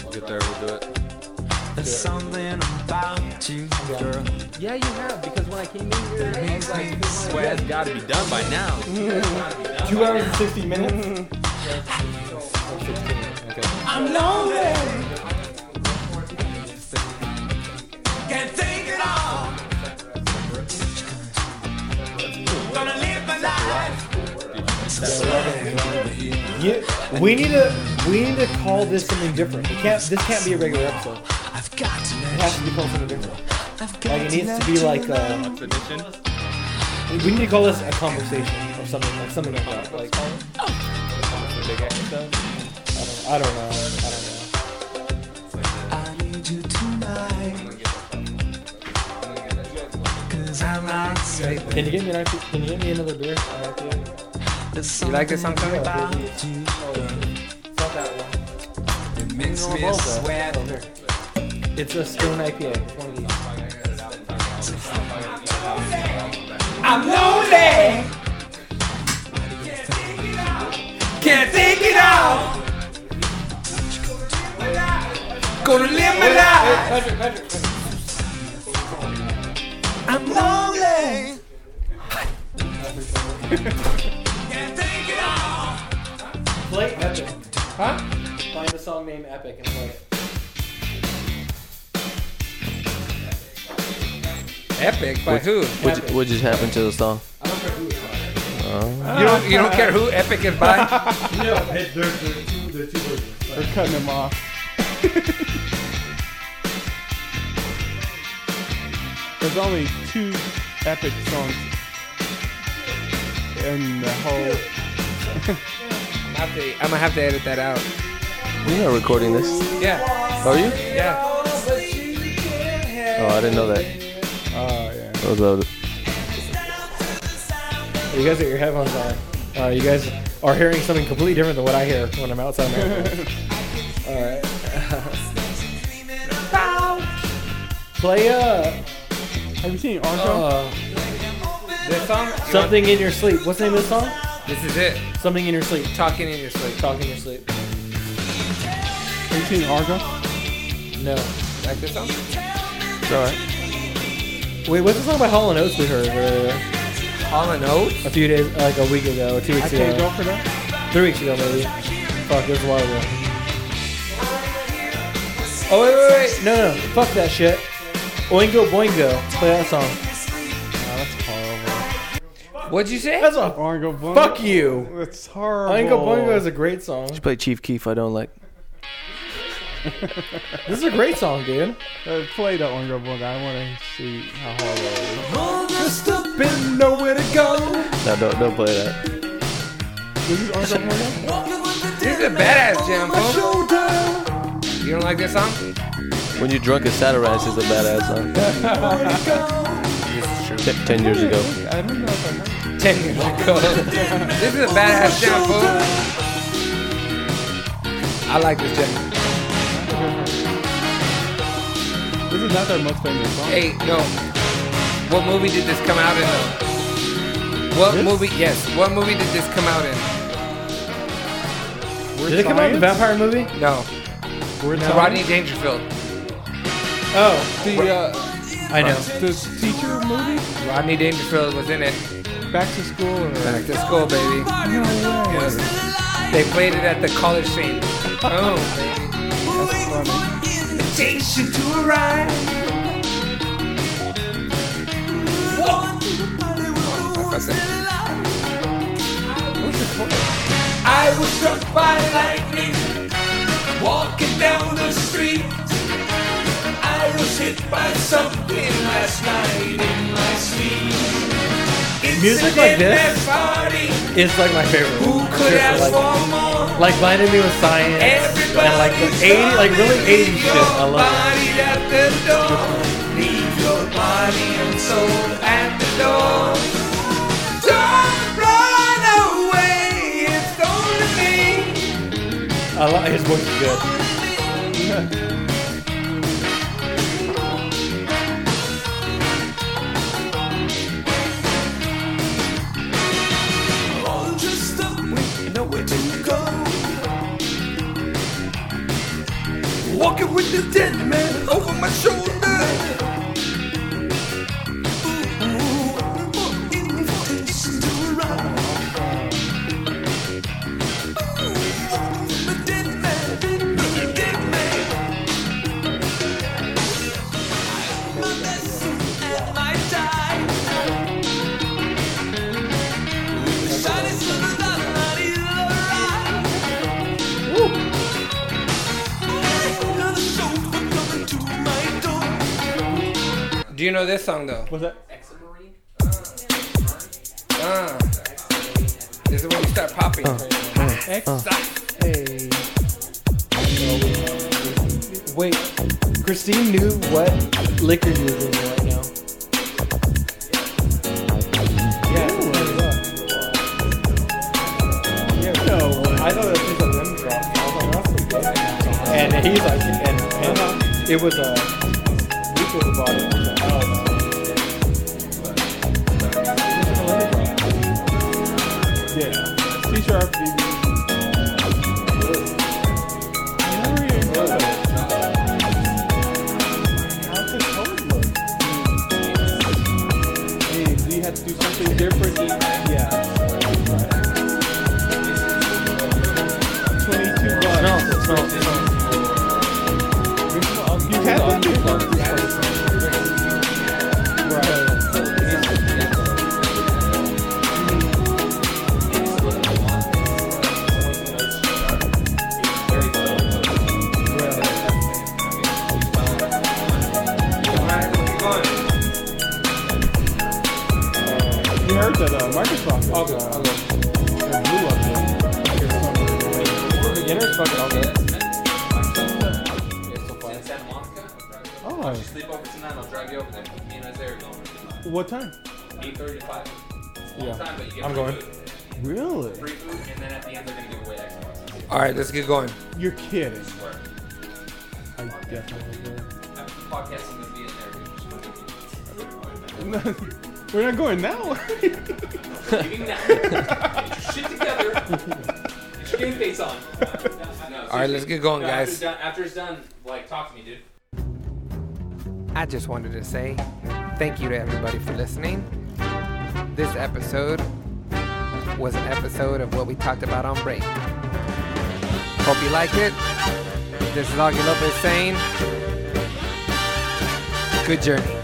Speaker 9: We'll get there, we'll do it.
Speaker 7: There's something about you, girl.
Speaker 9: Yeah, you have, because when I came in here, I was like, sweat's gotta be done by now.
Speaker 4: Two hours and 60 minutes.
Speaker 7: Can't take it all. Gonna live my life.
Speaker 4: Yeah, we need to we need to call this something different. It can't this can't be a regular episode.
Speaker 7: I've got to
Speaker 4: It
Speaker 7: let
Speaker 4: has to be called something different.
Speaker 7: I've got
Speaker 4: Like it needs to be like uh,
Speaker 9: Tradition.
Speaker 4: we need to call this a conversation or something like something like that. Like I don't know. I don't know.
Speaker 7: I need you tonight. Cause I'm not safe.
Speaker 4: Can you get me an actual, can you get me another beer? I'm out there.
Speaker 7: There's
Speaker 2: You like this song, Tommy?
Speaker 7: about you.
Speaker 4: It's not that one.
Speaker 7: It makes
Speaker 4: No,
Speaker 7: me
Speaker 4: both, though.
Speaker 7: sweat.
Speaker 4: It's a stone IPA. It's one of these.
Speaker 7: I'm lonely. Can't take it all. Gonna live my life. I'm lonely. Can't take it all.
Speaker 4: Play Epic. Huh? Find a song named Epic and play it.
Speaker 2: Epic by who?
Speaker 8: What, ju- what just happened to the song?
Speaker 2: You don't, you don't care who Epic is by?
Speaker 10: No, it, there's, there's two, there's two versions.
Speaker 3: They're cutting him off. [laughs] There's only two epic songs in the whole.
Speaker 2: I'm gonna have to- I'm gonna have to edit that out.
Speaker 8: You're not recording this,
Speaker 2: Yeah,
Speaker 8: are you?
Speaker 2: yeah.
Speaker 8: Oh, I didn't know that.
Speaker 3: Oh yeah.
Speaker 8: That was a-
Speaker 4: You guys got your headphones on. Uh, you guys are hearing something completely different than what I hear when I'm outside my headphones. All right. play uh,
Speaker 3: Have you seen Arco?
Speaker 4: uh,
Speaker 2: This song? you
Speaker 4: something in your sleep. What's the name of the song?
Speaker 2: want- this is it.
Speaker 4: Something in your sleep.
Speaker 2: Talking in your sleep.
Speaker 4: Talk in your sleep.
Speaker 3: Have you seen Argo?
Speaker 4: No.
Speaker 2: Like this song?
Speaker 3: Sorry.
Speaker 4: Wait, what's the song by Hall and Oates we heard uh,
Speaker 2: All in Oates?
Speaker 4: a few days, like a week ago, two
Speaker 3: I
Speaker 4: weeks
Speaker 3: can't go
Speaker 4: ago,
Speaker 3: for that.
Speaker 4: three weeks ago maybe? Fuck, it was a while ago. Oh wait, wait, wait! No, no, fuck that shit. Oingo Boingo, play that song.
Speaker 2: What'd you say?
Speaker 4: That's a
Speaker 3: Argo Blanco.
Speaker 4: fuck you.
Speaker 3: It's horrible.
Speaker 4: Oingo Boingo is a great song.
Speaker 8: Just play Chief Keef. I don't like.
Speaker 4: This is a great song, dude.
Speaker 3: Uh, play the Oingo Boingo. I want to see how horrible it is.
Speaker 4: Just up and nowhere to go.
Speaker 8: No, don't don't play that.
Speaker 3: This is Oingo Boingo?
Speaker 2: This is a badass jam, folks.
Speaker 4: Shoulder.
Speaker 2: You don't like this song?
Speaker 8: When you're drunk, and satirized is a badass song. Ten- Ten years ago.
Speaker 3: I don't know if I heard it.
Speaker 2: Ten years [laughs] ago. this is a badass jam, folks. I like this jam.
Speaker 3: This is not their most famous song.
Speaker 2: Hey, no. What movie did this come out in? though? What movie? Yes. What movie did this come out in?
Speaker 3: We're
Speaker 4: Did it come out in the
Speaker 3: science?
Speaker 4: vampire movie?
Speaker 2: No.
Speaker 3: We're
Speaker 2: It's Rodney
Speaker 3: science?
Speaker 2: Dangerfield.
Speaker 4: Oh,
Speaker 3: The, uh,
Speaker 4: I know.
Speaker 3: the teacher movie?
Speaker 2: Rodney Dangerfield was in it.
Speaker 3: Back to school? Or,
Speaker 2: Back to school, baby. They played it at the college scene. Oh, baby. That's it.
Speaker 7: I was struck by lightning walking down the street. I was hit by something last night in my sleep. It music like this is like my favorite. Seriously, like, like Blinded Me with Science and like the 80s, like really 80s shit. I love it. I like his voice is good.
Speaker 11: Walking with the dead man over my shoulder.
Speaker 2: Do you know this song though?
Speaker 3: What's that?
Speaker 2: Ah. This is when you start popping.
Speaker 7: Hey. Wait, Christine knew what liquor you were drinking right now. Yeah, it's a lemon drop. Yeah, no, I know that she's a lemon drop. I was like, that's pretty good. And he's like, and, and
Speaker 3: Uh-huh.
Speaker 7: it was a. This was a bottle. I was like, oh, this is a lemon drop.
Speaker 3: Yeah. C sharp. D, B. Hey, do you have to do something different? Yeah. 22 bucks.
Speaker 7: It smells, it smells.
Speaker 3: You have to do You heard that uh, Microsoft. Is, okay, uh, okay. Blue up there. Dinner's fucking all good. Oh,
Speaker 8: Sleep over tonight. I'll drive you over there. Me and Isaiah are going.
Speaker 3: what time?
Speaker 8: 8:30 to 5.
Speaker 7: Yeah,
Speaker 8: Time, but you get
Speaker 7: I'm
Speaker 8: free
Speaker 7: going.
Speaker 8: Food.
Speaker 3: Really?
Speaker 8: Free food, and then at the end they're gonna give away Xbox.
Speaker 2: All right, let's get going.
Speaker 3: You're kidding. I definitely
Speaker 8: Podcasting gonna be in there. We're just fucking-
Speaker 3: will. We're not going now.
Speaker 8: Leaving now. Get your shit together. Get your game face on. No,
Speaker 2: All right, let's get going,
Speaker 8: No, after it's
Speaker 2: guys.
Speaker 8: done- After it's done, like talk to me, dude.
Speaker 2: I just wanted to say thank you to everybody for listening. This episode was an episode of what we talked about on break. Hope you liked it. This is Augie Lopez saying, good journey.